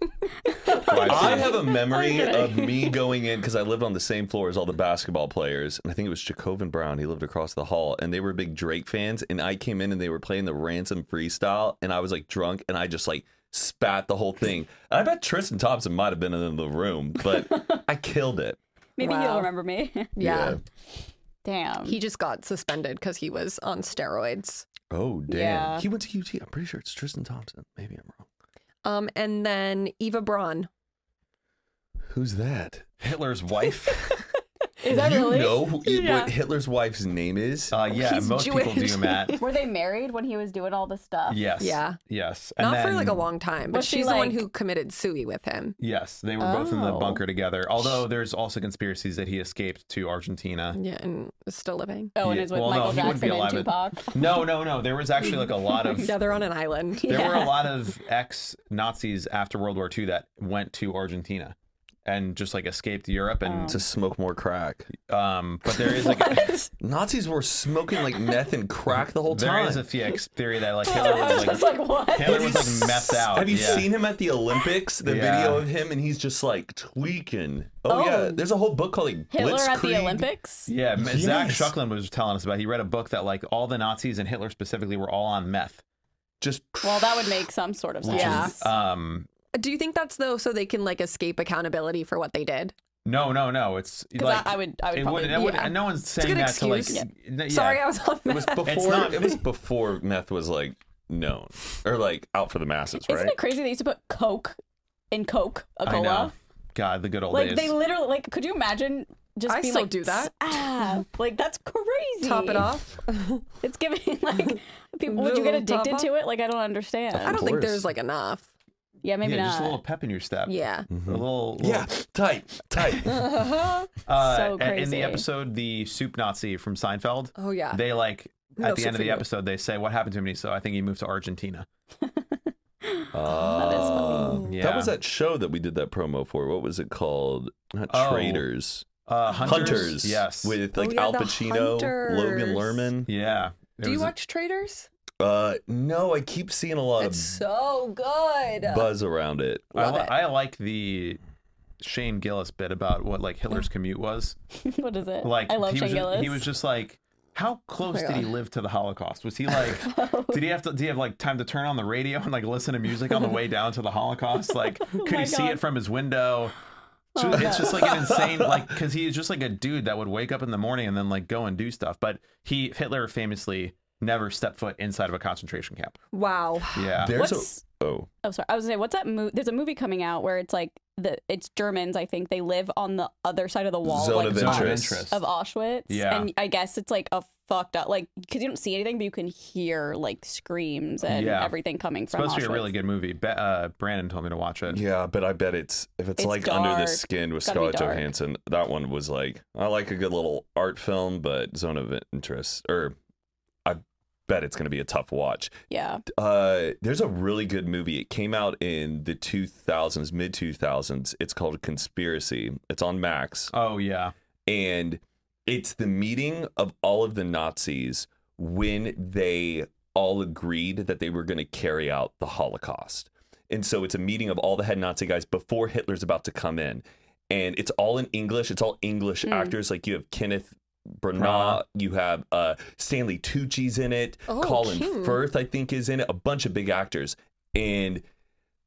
S3: I
S2: Bryson.
S3: have
S1: <laughs>
S3: a memory
S1: I'm
S3: of
S1: kidding.
S3: me going in because I lived on the same floor as all the basketball players, and I think it was Jacobin Brown. He lived across the hall, and they were big Drake fans. And I came in and they were playing the Ransom freestyle, and I was like drunk, and I just like spat the whole thing. And I bet Tristan Thompson might have been in the room,
S1: <laughs>
S3: but I killed it.
S1: Maybe
S4: Wow.
S1: you'll remember me.
S4: Yeah.
S1: Damn.
S4: He just got suspended because he was on steroids.
S3: Oh damn.
S1: Yeah.
S3: He went to UT. I'm pretty sure it's Tristan Thompson. Maybe I'm wrong.
S4: Um, and then Eva Braun.
S3: Who's that?
S2: Hitler's wife.
S1: <laughs> Is that
S3: you
S1: really?
S3: know who,
S1: Yeah.
S3: what Hitler's wife's name
S4: <laughs>
S3: is?
S2: Uh, yeah,
S4: He's
S2: most people
S4: Jewish. <laughs>
S2: do, Matt.
S1: Were they married when he was doing all this stuff?
S2: Yes.
S4: Yeah.
S2: Yes. And
S4: Not for
S2: then-
S4: like a long time, but
S1: Was she
S4: she's the one
S1: like-
S4: who committed Sui with him.
S2: Yes, they were both in the
S1: Oh.
S2: bunker together. Although there's also conspiracies that he escaped
S4: <laughs>
S2: to Argentina.
S4: Yeah, and is still
S1: <laughs>
S4: living.
S1: Oh, and
S2: Yeah,
S1: it's with
S2: well, no,
S1: Michael
S2: he wouldn't be
S1: Jackson and
S2: alive
S1: Tupac. <laughs>
S2: <laughs> No, no, no. There was actually like a
S4: <laughs>
S2: lot of
S4: Yeah, they're on an island.
S2: there were
S1: Yeah.
S2: a lot of ex Nazis after World War II that went to Argentina and just like escaped Europe and
S3: to smoke more crack.
S2: um but there is like a,
S3: Nazis were smoking like meth and crack the whole
S2: there
S3: time.
S2: is a theory- theory that like Hitler was
S1: It's
S2: like
S1: like what?
S2: Hitler was like messed out.
S3: Have you
S2: yeah.
S3: seen him at the Olympics? The
S2: Yeah.
S3: video of him and he's just like tweaking. Oh, yeah,
S1: Oh.
S3: there's a whole book called like
S1: Hitler at the
S3: Blitzkrieg.
S1: Olympics?
S2: Yeah, M- Zach
S3: Yes.
S2: Shuckland was telling us about. He read a book that like all the Nazis and Hitler specifically were all on meth.
S3: Just <laughs>
S1: Well, that would make some sort of
S2: Which
S1: sense.
S4: Yeah.
S2: is um
S4: Do you think that's though so they can like escape accountability for what they did?
S2: no, no, no. It's
S1: Because
S2: like
S1: I, I would, I would
S2: it
S1: probably.
S2: wouldn't, it wouldn't,
S4: yeah.
S2: and no one's
S4: a
S2: saying
S4: good
S2: that to
S4: excuse.
S2: like n- yeah.
S4: Sorry, I was on
S3: it
S4: that.
S1: <laughs>
S3: was before
S2: not-
S3: it was before meth was like known or like out for the masses,
S1: Isn't
S3: right?
S1: it crazy they used to put Coke in Coke, a
S2: I know.
S1: cola?
S2: God, the good old
S1: Like
S2: days.
S1: they literally, like, could you imagine just
S4: I
S1: being
S4: still
S1: like,
S4: do that.
S1: Ah,
S4: <laughs>
S1: like that's
S4: <laughs>
S1: crazy.
S4: Top it off.
S1: It's giving
S4: <laughs>
S1: <laughs> like people. Would you get
S4: Little top
S1: addicted
S4: up?
S1: to it? Like I don't understand.
S4: I don't think
S3: course.
S4: there's like enough.
S1: yeah, maybe
S2: yeah,
S1: not.
S2: just a little pep in your step.
S4: Yeah.
S3: Mm.
S2: A little,
S3: Mm-hmm. Yeah,
S2: little-
S3: tight,
S1: <laughs>
S3: tight.
S2: uh,
S1: So
S2: a- In
S1: crazy.
S2: the episode, the soup Nazi from Seinfeld,
S4: Oh yeah.
S2: they like
S4: No,
S2: at the end of the
S4: Sophia.
S2: episode, they say, "What happened to him?" And he- So I think he moved to Argentina.
S3: Uh,
S2: funny.
S3: That was
S2: Yeah.
S3: that show that we did that promo for. What was it called? Not
S2: Oh.
S3: Traitors.
S2: Uh,
S3: Hunters.
S2: hunters, yes.
S1: Oh,
S3: With like
S4: yeah,
S3: Al
S4: the
S3: Pacino, Logan
S4: Hunters.
S3: Lerman.
S2: yeah. It
S4: Do you
S2: was a-
S4: watch Traders?
S3: Uh, no, I keep seeing a lot
S4: It's so good.
S3: of buzz around it.
S2: I,
S4: Love
S2: li-
S4: it.
S2: I like the Shane Gillis bit about what like Hitler's commute was.
S1: <laughs> what is it?
S2: Like
S1: I love
S2: he was,
S1: Shane Gillis.
S2: he was just like, how close did he
S4: God.
S2: live to the Holocaust?
S1: <laughs>
S2: Was he like, did he have to? Did he have like time to turn on the radio and like listen to music on the way down to the
S1: <laughs>
S2: Holocaust? Like, could
S1: Oh my
S2: he see
S1: God.
S2: it from his window? So
S1: Oh,
S2: it's
S1: God.
S2: just like
S1: <laughs>
S2: an insane, like, because he is just like a dude that would wake up in the morning and then like go and do stuff. But he Hitler famously never stepped foot inside of a
S1: <gasps>
S2: concentration camp.
S4: Wow.
S2: Yeah,
S3: There's
S1: What's
S3: a oh
S1: oh sorry, I was gonna say what's that movie? There's a movie coming out where it's like the it's Germans. I think they live on the other side of the wall,
S3: zone
S1: like,
S3: of
S2: Zone of
S3: interest.
S2: interest.
S1: of Auschwitz.
S2: Yeah.
S1: And I guess it's like a fucked up, like, because you don't see anything, but you can hear like screams and
S2: Yeah.
S1: everything coming from
S2: supposed to be a
S1: Auschwitz.
S2: really good movie. Be- uh, Brandon told me to watch it.
S3: Yeah, but I bet it's if it's,
S1: It's
S3: like Under the
S1: dark.
S3: Skin with
S1: It's gotta be
S3: Scarlett
S1: dark.
S3: Johansson, that one was like I like a good little art film, but Zone of Interest or I bet it's gonna be a tough watch.
S1: Yeah.
S3: Uh, there's a really good movie. It came out in the 2000s, mid 2000s. It's called Conspiracy. It's on Max.
S2: Oh yeah.
S3: and it's the meeting of all of the Nazis when they all agreed that they were going to carry out the Holocaust. And so it's a meeting of all the head Nazi guys before Hitler's about to come in. And it's all in English. It's all English
S1: Mm.
S3: actors. Like you have Kenneth Branagh,
S2: Branagh.
S3: you have uh, Stanley Tucci's in it,
S4: Oh,
S3: Colin
S4: cute.
S3: Firth, I think, is in it, a bunch of big actors. And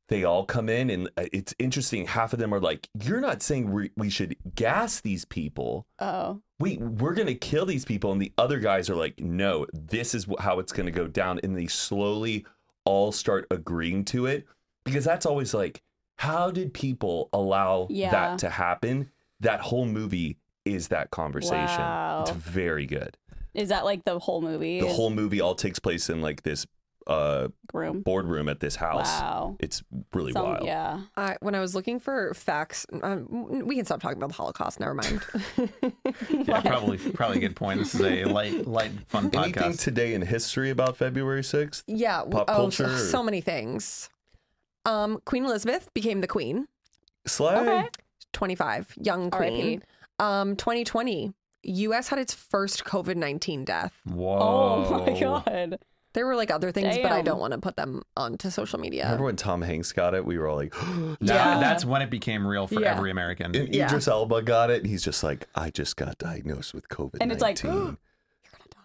S3: they all come in and uh, it's interesting half of them are like you're not saying we, we should gas these people
S1: Oh.
S3: wait we're gonna kill these people and the other guys are like no this is wh- how it's gonna go down and they slowly all start agreeing to it because that's always like how did people allow
S1: Yeah.
S3: that to happen that whole movie is that conversation it's
S1: Wow.
S3: very good
S1: Is that like the whole movie?
S3: the
S1: is
S3: whole movie all takes place in like this uh
S1: room?
S3: boardroom at this house
S1: Wow.
S3: it's really
S1: Some-
S3: wild
S1: Yeah.
S4: I, when I was looking for facts, um, we can stop talking about the Holocaust. Never mind. <laughs>
S1: <laughs>
S2: Yeah, probably probably a good point. This
S4: <laughs>
S2: is a light light fun
S3: Anything
S2: podcast.
S3: today in history about February 6th?
S4: yeah. w-
S3: Pop
S4: oh, so,
S3: culture.
S4: so many things. Um, Queen Elizabeth became the queen.
S3: Slay.
S1: Okay.
S4: 25, young
S1: R.I.P.
S4: queen. Um, 2020, U.S. had its first COVID 19 death.
S2: Whoa.
S1: Oh my God.
S4: There were like other things, but I
S1: Damn.
S4: don't want to put them onto social media.
S3: Remember when Tom Hanks got it? We were all like, <gasps>
S2: Now,
S4: Yeah.
S2: That's when it became real for
S4: Yeah.
S2: every American.
S3: and
S4: Yeah.
S3: Idris Elba got it. And he's just like, I just got diagnosed with COVID.
S1: And it's like,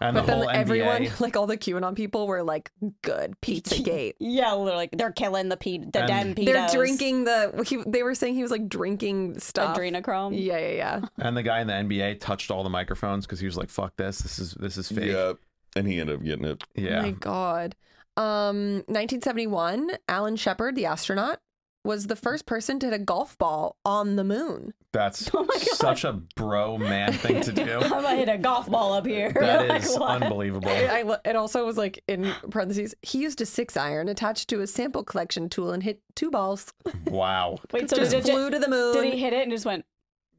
S2: and
S4: But
S2: the
S4: then
S2: whole
S4: everyone, <laughs>
S2: NBA.
S4: like all the QAnon people, were like, "Good
S1: <laughs>
S4: PizzaGate."
S1: yeah, literally, like they're killing the pe- the damn
S2: And-
S1: pedos.
S4: They're drinking the. He, they were saying he was like drinking stuff.
S1: adrenochrome. <laughs>
S4: Yeah, yeah, yeah.
S2: And the guy in the NBA touched all the microphones because he was like, "Fuck this! This is this is fake."
S3: yeah. And he ended up getting it.
S2: <laughs> Yeah.
S4: Oh my god. Um, 1971, Alan Shepard, the astronaut, was the first person to hit a golf ball on the moon.
S2: That's
S4: <laughs>
S1: Oh my God.
S2: such a bro man thing to do.
S1: I'm gonna hit a golf ball up here.
S2: that
S1: <laughs> Like,
S2: is
S1: what?
S2: unbelievable.
S4: It, <laughs> I, lo- it also was like
S2: <gasps>
S4: in parentheses. He used a six iron attached to a sample collection tool and hit two balls.
S2: Wow.
S1: Wait, so
S4: just
S1: did,
S4: flew to
S1: did,
S4: the moon.
S1: did he hit it and just went?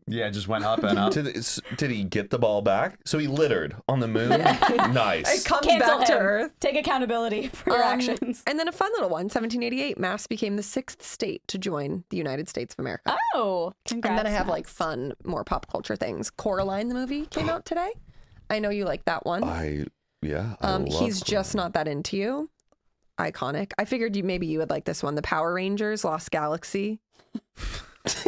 S2: Yeah, it just went up and up.
S3: Did, it's- did he get the ball back? So he littered on the moon. <laughs> nice.
S4: it comes
S1: Cancel
S4: back to
S1: him.
S4: Earth.
S1: Take accountability <laughs> for your
S4: Um,
S1: actions.
S4: And then a fun little one, 1788, Mass became the sixth state to join the United States of America.
S1: Oh, congrats.
S4: and then I have
S1: Matt.
S4: like fun, more pop culture things. Coraline, the movie, came
S1: <gasps>
S4: out today. I know you like that one.
S3: I, yeah. I
S4: Um,
S3: love
S4: he's just
S3: Coraline.
S4: not that into you. Iconic. I figured you maybe you would like this one. The Power Rangers Lost Galaxy.
S1: <laughs>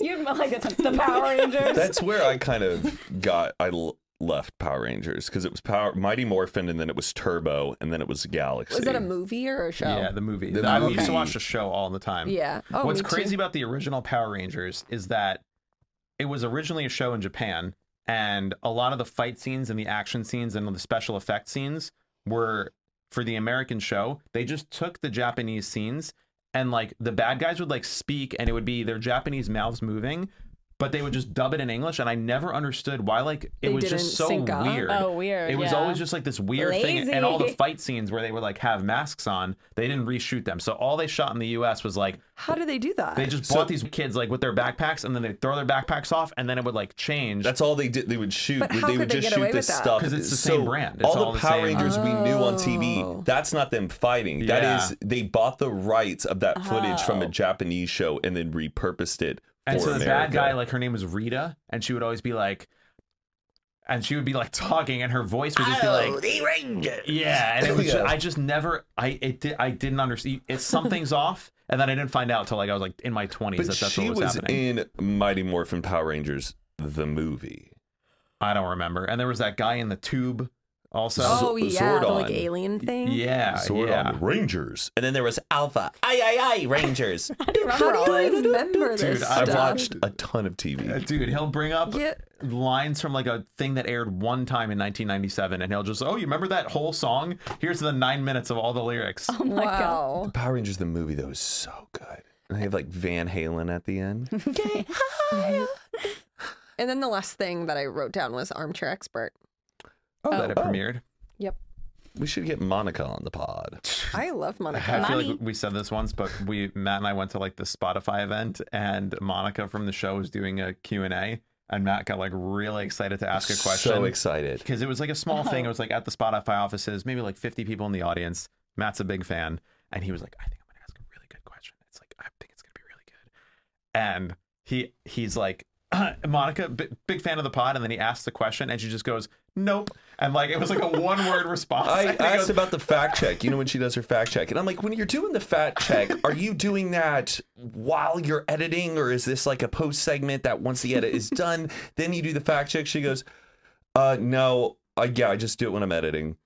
S1: you'd like that's the Power Rangers.
S3: That's where I kind of got, I l- left Power Rangers because it was Power Mighty Morphin and then it was Turbo and then it was Galaxy.
S4: Was that a movie or a <laughs> show?
S2: Yeah, the movie.
S3: The
S2: I used
S3: movie.
S2: to watch the show all the time.
S4: Yeah. Oh,
S2: What's
S4: me
S2: crazy
S4: Too.
S2: about the original Power Rangers is that it was originally a show in Japan, and a lot of the fight scenes and the action scenes and the special effect scenes were for the American show. They just took the Japanese scenes and like the bad guys would like speak, and it would be their Japanese mouths moving, but they would just dub it in English. And I never understood why like it
S4: They
S2: was
S4: didn't
S2: just so
S4: sync up?
S2: weird.
S1: oh, weird.
S2: It was
S1: yeah.
S2: always just like this weird thing, and all the
S1: Lazy.
S2: fight scenes where they would like have masks on, they didn't reshoot them. So all they shot in the U.S. was like
S4: How do they do that?
S2: they just bought these kids like with their backpacks, and then they throw their backpacks off, and then it would like change.
S3: That's all they did. They would shoot.
S4: But how
S3: they
S4: could
S3: would
S4: they
S3: just
S4: get away
S3: shoot
S4: with
S3: this
S4: that?
S3: stuff
S2: 'Cause it's the same brand. It's
S3: all,
S2: all
S3: the
S2: the
S3: Power
S2: same-
S3: Rangers we knew on
S4: Oh.
S3: TV. That's not them fighting.
S2: Yeah.
S3: That is they bought the rights of that footage from
S4: Oh.
S3: a Japanese show and then repurposed it.
S2: and
S3: for
S2: so the bad
S3: America.
S2: guy, like her name was Rita, and she would always be like, and she would be like talking, and her voice would just be
S3: Oh,
S2: like, yeah,
S3: <laughs>
S2: and it was.
S3: Yeah.
S2: I just never. I it did. I didn't understand. It's something's off, and then I didn't find out till like I was like in my twenties
S3: but
S2: that that's
S3: she
S2: what was,
S3: was,
S2: happening.
S3: in Mighty Morphin Power Rangers the movie.
S2: I don't remember. And there was that guy in the tube also.
S4: oh
S3: Z-
S4: yeah, the
S3: Zordon.
S4: like alien thing.
S2: yeah,
S3: Zordon
S2: Uh, yeah.
S3: Rangers, and then there was Alpha. Aye, aye, aye, <laughs> Rangers.
S4: How do you remember this
S2: Dude,
S4: stuff?
S3: I've watched a ton of TV.
S2: Uh, Dude, he'll bring up
S4: Yeah.
S2: lines from like a thing that aired one time in 1997, and he'll just, oh, you remember that whole song? Here's the nine minutes of all the lyrics.
S1: Oh my god.
S4: wow.
S3: Power Rangers the movie though is so good. And they have like Van Halen at the end.
S1: Okay.
S4: And then the last thing that I wrote down was armchair expert.
S2: that it premiered.
S4: Yep.
S3: We should get Monica on the pod.
S4: I
S3: <laughs>
S4: love Monica.
S2: I feel like
S1: Mommy.
S2: we said this once, but we Matt and I went to like the Spotify event, and Monica from the show was doing a Q and A, and Matt got like really excited to ask a question. <laughs>
S3: So excited.
S2: because it was like a small thing. It was like at the Spotify offices, maybe like 50 people in the audience. Matt's a big fan, and he was like, "I think I'm gonna ask a really good question. It's like I think it's gonna be really good." And he he's like, <clears throat> "Monica, b- big fan of the pod," and then he asks the question, and she just goes, "Nope," and like it was like a one word response.
S3: I
S2: <laughs> And he
S3: asked
S2: goes,
S3: about the fact check. You know when she does her fact check, and I'm like, when you're doing the fact check, are you doing that while you're editing, or is this like a post segment that once the edit is done, then you do the fact check? She goes, uh, no, I, yeah, I just do it when I'm editing.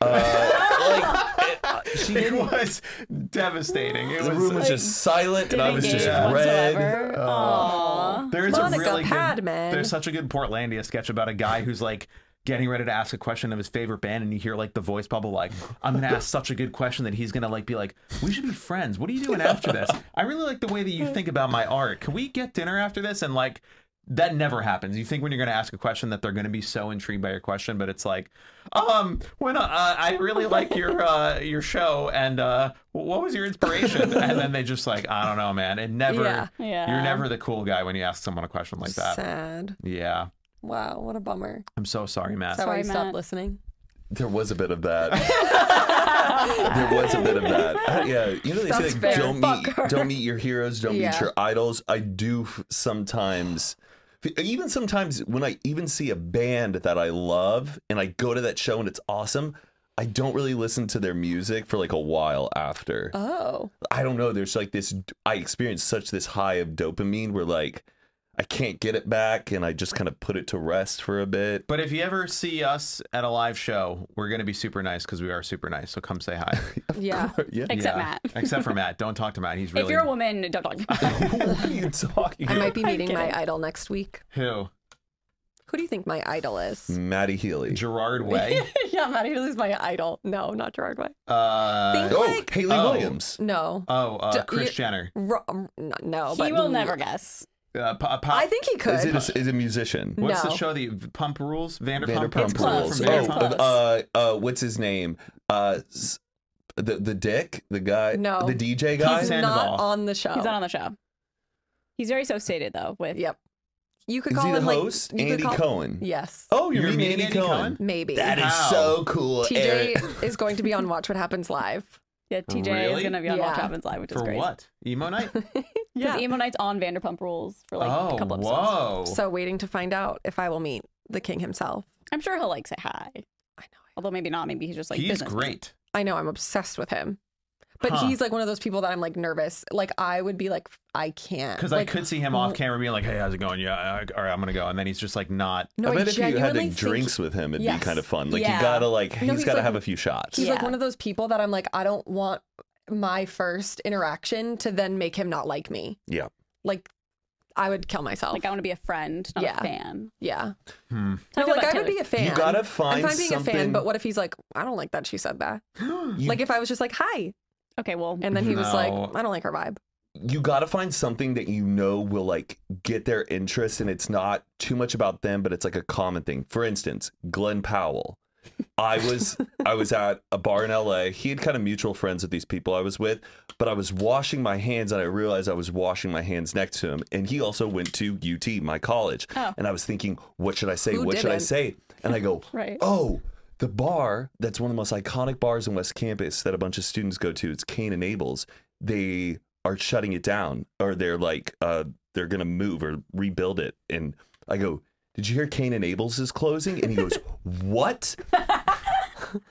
S3: Uh, like it- uh, she
S2: it
S3: didn't.
S2: was devastating. It
S3: The room
S2: was.
S3: was just silent, and I was just
S2: engage
S3: red.
S1: whatsoever. Aww.
S2: There's
S4: Monica
S2: a really good.
S4: Padman.
S2: There's such a good Portlandia sketch about a guy who's like getting ready to ask a question of his favorite band, and you hear like the voice bubble like, "I'm gonna ask such a good question that he's gonna like be like, we should be friends. What are you doing after this? I really like the way that you think about my art. Can we get dinner after this?" And like. That never happens. You think when you're going to ask a question that they're going to be so intrigued by your question, but it's like, um, when uh, I really like your uh, your show, and uh, what was your inspiration? And then they just like, I don't know, man. It never,
S4: Yeah.
S1: Yeah.
S2: you're never the cool guy when you ask someone a question like that.
S4: Sad.
S2: Yeah.
S4: Wow, what a bummer.
S2: I'm so sorry, Matt.
S4: Is that why
S1: Sorry,
S4: you stopped
S1: Matt.
S4: listening?
S3: There was a bit
S4: <laughs>
S3: of that. there was a bit of that. Uh, yeah, you know they
S4: That's
S3: say like,
S4: fair.
S3: don't
S4: Fuck
S3: meet
S4: her.
S3: don't meet your heroes, don't
S4: Yeah.
S3: meet your idols. I do f- sometimes Even sometimes when I even see a band that I love and I go to that show and it's awesome, I don't really listen to their music for like a while after.
S4: Oh,
S3: I don't know. There's like this. I experienced such this high of dopamine where like I can't get it back, and I just kind of put it to rest for a bit.
S2: But if you ever see us at a live show, we're gonna be super nice because we are super nice. So come
S1: <laughs>
S2: say hi.
S4: yeah.
S3: yeah. <laughs>
S1: Except
S2: Yeah.
S1: Matt.
S2: <laughs> Except for Matt. Don't talk to Matt. He's
S1: If
S2: really
S1: you're a woman, don't talk about it.
S4: <laughs>
S3: what are you talking?
S4: I
S3: about?
S4: might be
S1: I'm
S4: meeting
S1: kidding.
S4: my idol next week.
S2: who?
S4: Who do you think my idol <laughs> is?
S3: Maddie Healy.
S1: <laughs>
S2: Gerard Way.
S1: yeah, Matt Healy's my idol.
S4: No, not Gerard Way.
S2: uh,
S4: Think
S3: Oh,
S4: like-
S3: Haley
S2: Oh.
S3: Williams.
S4: No.
S2: oh,
S4: D-
S2: uh, Chris
S4: you-
S2: Jenner.
S4: Ro- um, no, no,
S1: he
S4: but
S1: will never guess.
S2: Uh, pa- pa-
S4: I think he could.
S3: Is it a, is a musician?
S2: What's the
S4: No.
S2: show? The Pump Rules. Vanderpump,
S3: Vanderpump
S1: It's close.
S3: Rules.
S2: From
S1: It's
S3: Oh,
S2: Vanderpump.
S1: close.
S3: uh, uh, what's his name? Uh, s- the the dick, the guy,
S4: No.
S3: the DJ guy.
S4: He's
S2: Sandoval.
S4: not on the show.
S1: He's not on the show. He's very associated though with
S4: Yep. You could
S3: Is
S4: call
S3: he the
S4: him
S3: host?
S4: like you could
S3: Andy
S4: call-
S3: Cohen.
S4: Yes.
S3: Oh, you're,
S2: You're
S3: meeting Andy, Cohen.
S4: Maybe.
S3: That is
S2: Wow.
S3: so cool. Er, Eric.
S4: TJ is going to be on Watch What Happens Live.
S1: yeah, TJ
S2: Really?
S1: is gonna be on
S4: Yeah.
S1: Watch Happens Live, which is
S2: For
S1: great.
S2: what?
S1: <laughs>
S2: Emo night.
S1: Because Emo Night's on Vanderpump Rules for like
S2: oh,
S1: a couple episodes.
S2: whoa.
S4: So waiting to find out if I will meet the king himself.
S1: I'm sure he'll like say hi. Although maybe not. Maybe he's just like
S2: he's
S1: business.
S2: great.
S4: I know I'm obsessed with him. But
S2: Huh.
S4: he's like one of those people that I'm like nervous. Like I would be like, I can't.
S2: Because
S4: like,
S2: I could see him off camera being like, "Hey, how's it going? Yeah, I, all right, I'm gonna go." And then he's just like, "Not."
S4: No,
S3: I bet if you had
S4: genuinely
S3: like
S4: think
S3: drinks with him, it'd
S4: Yes.
S3: be kind of fun. Like you
S1: Yeah.
S3: gotta like
S4: No,
S3: he's
S4: he's
S3: gotta
S4: like-
S3: have a few shots.
S4: He's like
S1: Yeah.
S4: one of those people that I'm like, I don't want my first interaction to then make him not like me.
S3: Yeah.
S4: Like, I would kill myself.
S1: Like I want to be a friend, not
S4: Yeah.
S1: a fan.
S4: yeah.
S1: How
S2: Hmm.
S4: No,
S1: do you feel
S4: like I
S1: about
S4: would
S1: Taylor?
S4: be a fan.
S3: You gotta
S4: I'm
S3: find
S4: fine being
S3: something.
S4: a fan, but what if he's like, I don't like that she said that.
S3: you,
S4: Hmm. Like if I was just like, hi,
S1: Okay, well,
S4: and then he was like,
S2: No.
S4: I don't like her vibe.
S3: you gotta find something that you know will like get their interest, and it's not too much about them, but it's like a common thing. For instance, Glenn Powell. I was I was at a bar in LA. He had kind of mutual friends with these people I was with, but I was washing my hands and I realized I was washing my hands next to him. And he also went to UT, my college.
S1: Oh.
S3: And I was thinking, what should I say?
S4: Who
S3: what should I
S4: didn't?
S3: say? And I go,
S1: Right.
S3: oh, the bar that's one of the most iconic bars in West Campus that a bunch of students go to. It's Cain and Abel's. They are shutting it down, or they're like, uh, they're gonna move or rebuild it. And I go, did you hear Cain and Abel's is closing? And
S4: <laughs>
S3: he goes, what?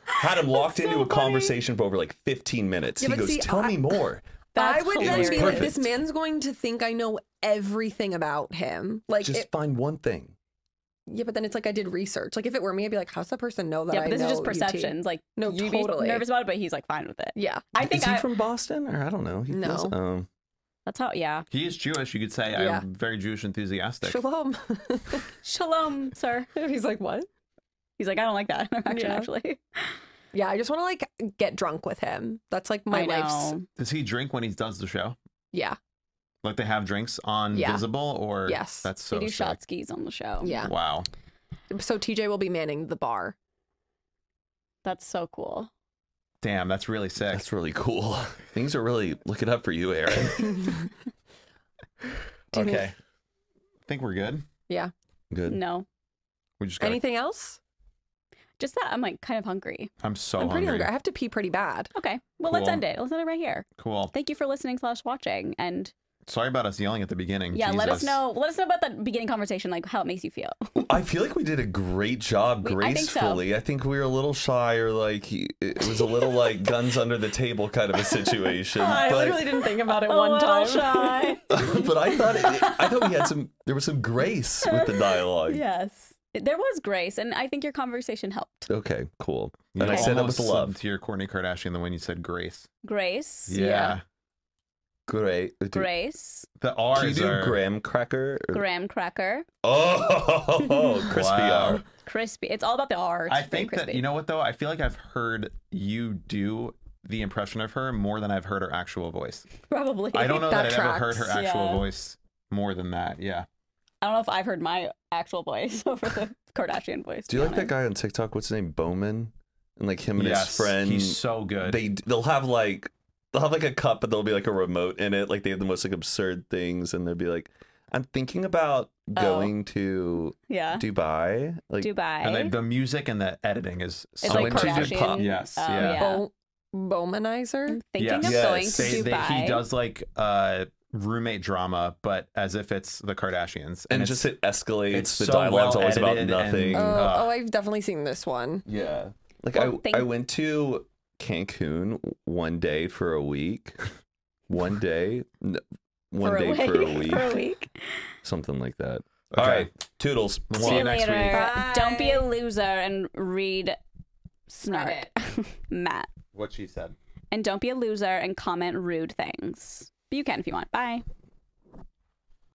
S3: Had him locked into a conversation for over like 15 minutes.
S4: Yeah,
S3: he
S4: but
S3: goes,
S4: see,
S3: tell
S4: I-
S3: me more.
S1: That's
S4: I would
S1: hilarious.
S4: then be like,
S3: Perfect.
S4: this man's going to think I know everything about him. Like,
S3: Just
S4: it-
S3: find one thing.
S4: yeah, but then it's like I did research. Like if it were me, I'd be like, how's that person know that?
S1: yeah, but
S4: I
S1: this is
S4: know
S1: just
S4: UT?
S1: perceptions. Like,
S4: No,
S1: you'd
S4: totally.
S1: be nervous about it, but he's like fine with it.
S4: Yeah,
S1: I think
S3: is he
S1: I,
S3: from Boston? Or I don't know. He
S4: No.
S3: feels- um,
S1: that's how. Yeah,
S2: He is Jewish. You could say
S4: Yeah.
S2: I'm very Jewish enthusiastic.
S4: shalom. <laughs>
S1: shalom, sir.
S4: He's like, what?
S1: He's like, I don't like that <laughs> interaction.
S4: Yeah.
S1: Actually,
S4: Yeah, I just want to like get drunk with him. That's like my
S1: I
S4: life's.
S1: know.
S2: Does he drink when he does the show?
S4: Yeah,
S2: Like they have drinks on
S4: Yeah.
S2: Visible or
S4: Yes.
S2: That's so
S1: They do
S2: sick.
S1: shot skis on the show.
S4: yeah.
S2: Wow.
S4: So TJ will be manning the bar.
S1: that's so cool.
S2: Damn, that's really sick.
S3: that's really cool. Things are really looking up for you, Aaron.
S4: you need-
S2: okay.
S4: <laughs>
S2: I think we're good.
S3: Good.
S1: No,
S2: We just got.
S4: Anything else?
S1: just that I'm like kind of hungry.
S2: I'm so
S4: I'm pretty
S2: hungry.
S4: hungry. I have to pee pretty bad.
S1: Okay, well, let's
S2: Cool.
S1: end it. Let's end it right here.
S2: Cool.
S1: Thank you for listening slash watching, and
S2: Sorry about us yelling at the beginning.
S1: yeah, let us
S2: Jesus.
S1: know. Let us know about that beginning conversation, like how it makes you feel.
S3: I feel like we did a great job
S1: We- I think so.
S3: gracefully. I think we were a little shy or like it was a little like guns under the table kind of a
S1: <laughs>
S3: situation. but, <laughs>
S4: didn't think <laughs> about it
S1: A
S4: one <laughs>
S1: little <laughs> shy.
S3: but I
S1: <laughs>
S3: thought it, I thought we had some there was some grace with the dialogue.
S1: yes, there was grace, and I think your conversation helped.
S3: Okay, cool.
S2: You
S3: And I said that
S2: almost
S3: with
S2: subbed
S3: love.
S2: to your Courtney Kardashian the when you said Grace.
S1: Grace.
S3: Great.
S1: Grace.
S2: The
S3: Can you
S2: R's
S3: do
S2: are
S3: graham cracker? or-
S1: Graham cracker.
S3: <laughs> Oh, crispy
S2: Wow.
S3: R.
S1: Crispy. It's all about the R. It's
S2: I
S1: very
S2: think
S1: crispy.
S2: that you know what though. I feel like I've heard you do the impression of her more than I've heard her actual voice.
S1: <laughs> probably.
S2: I don't know that,
S4: That
S2: I've ever heard her
S1: tracks,
S2: actual
S1: yeah.
S2: voice more than that. Yeah.
S1: I don't know if I've heard my actual voice <laughs> over the Kardashian voice.
S3: Do you like that guy on TikTok? What's his name? Bowman? And like him and his friend.
S2: He's so good.
S3: They they'll have like they'll have like a cup, but there'll be like a remote in it. Like they have the most like absurd things, and they'll be like, "I'm thinking about going to
S1: Oh. Yeah.
S3: Dubai." Like
S1: Dubai.
S2: and they, the music and the editing is
S1: Eh? it's
S2: so
S1: like
S3: into the
S1: Kardashian.
S3: pop.
S2: Yes,
S1: um,
S2: yeah.
S4: Bo- Bowmanizer.
S1: Thinking
S2: Yes.
S1: of
S3: Yes.
S1: going to <laughs>
S2: They-
S1: Dubai.
S2: they- he does like uh roommate drama, but as if it's the Kardashians.
S3: and
S2: it's-
S3: just it escalates.
S2: it's
S3: the
S2: so
S3: dialogue's
S2: well
S3: always about
S2: edited and-
S3: nothing.
S4: Oh,
S2: Uh,
S4: oh, I've definitely seen this one.
S3: yeah, like
S1: Well,
S3: I
S1: thank-
S3: I went to Cancun one day for a week, <laughs> one day, no, one
S1: for
S3: day
S1: a
S3: for a
S1: week- <laughs>
S3: week,
S1: For a week.
S3: something like that. All
S2: Okay.
S3: right, toodles.
S2: See
S1: See
S2: you
S1: you
S2: next
S1: later.
S2: week.
S4: Bye.
S1: Uh, Don't be a loser and read Snark, <laughs> Matt.
S7: What she said.
S1: And don't be a loser and comment rude things. But you can if you want. Bye.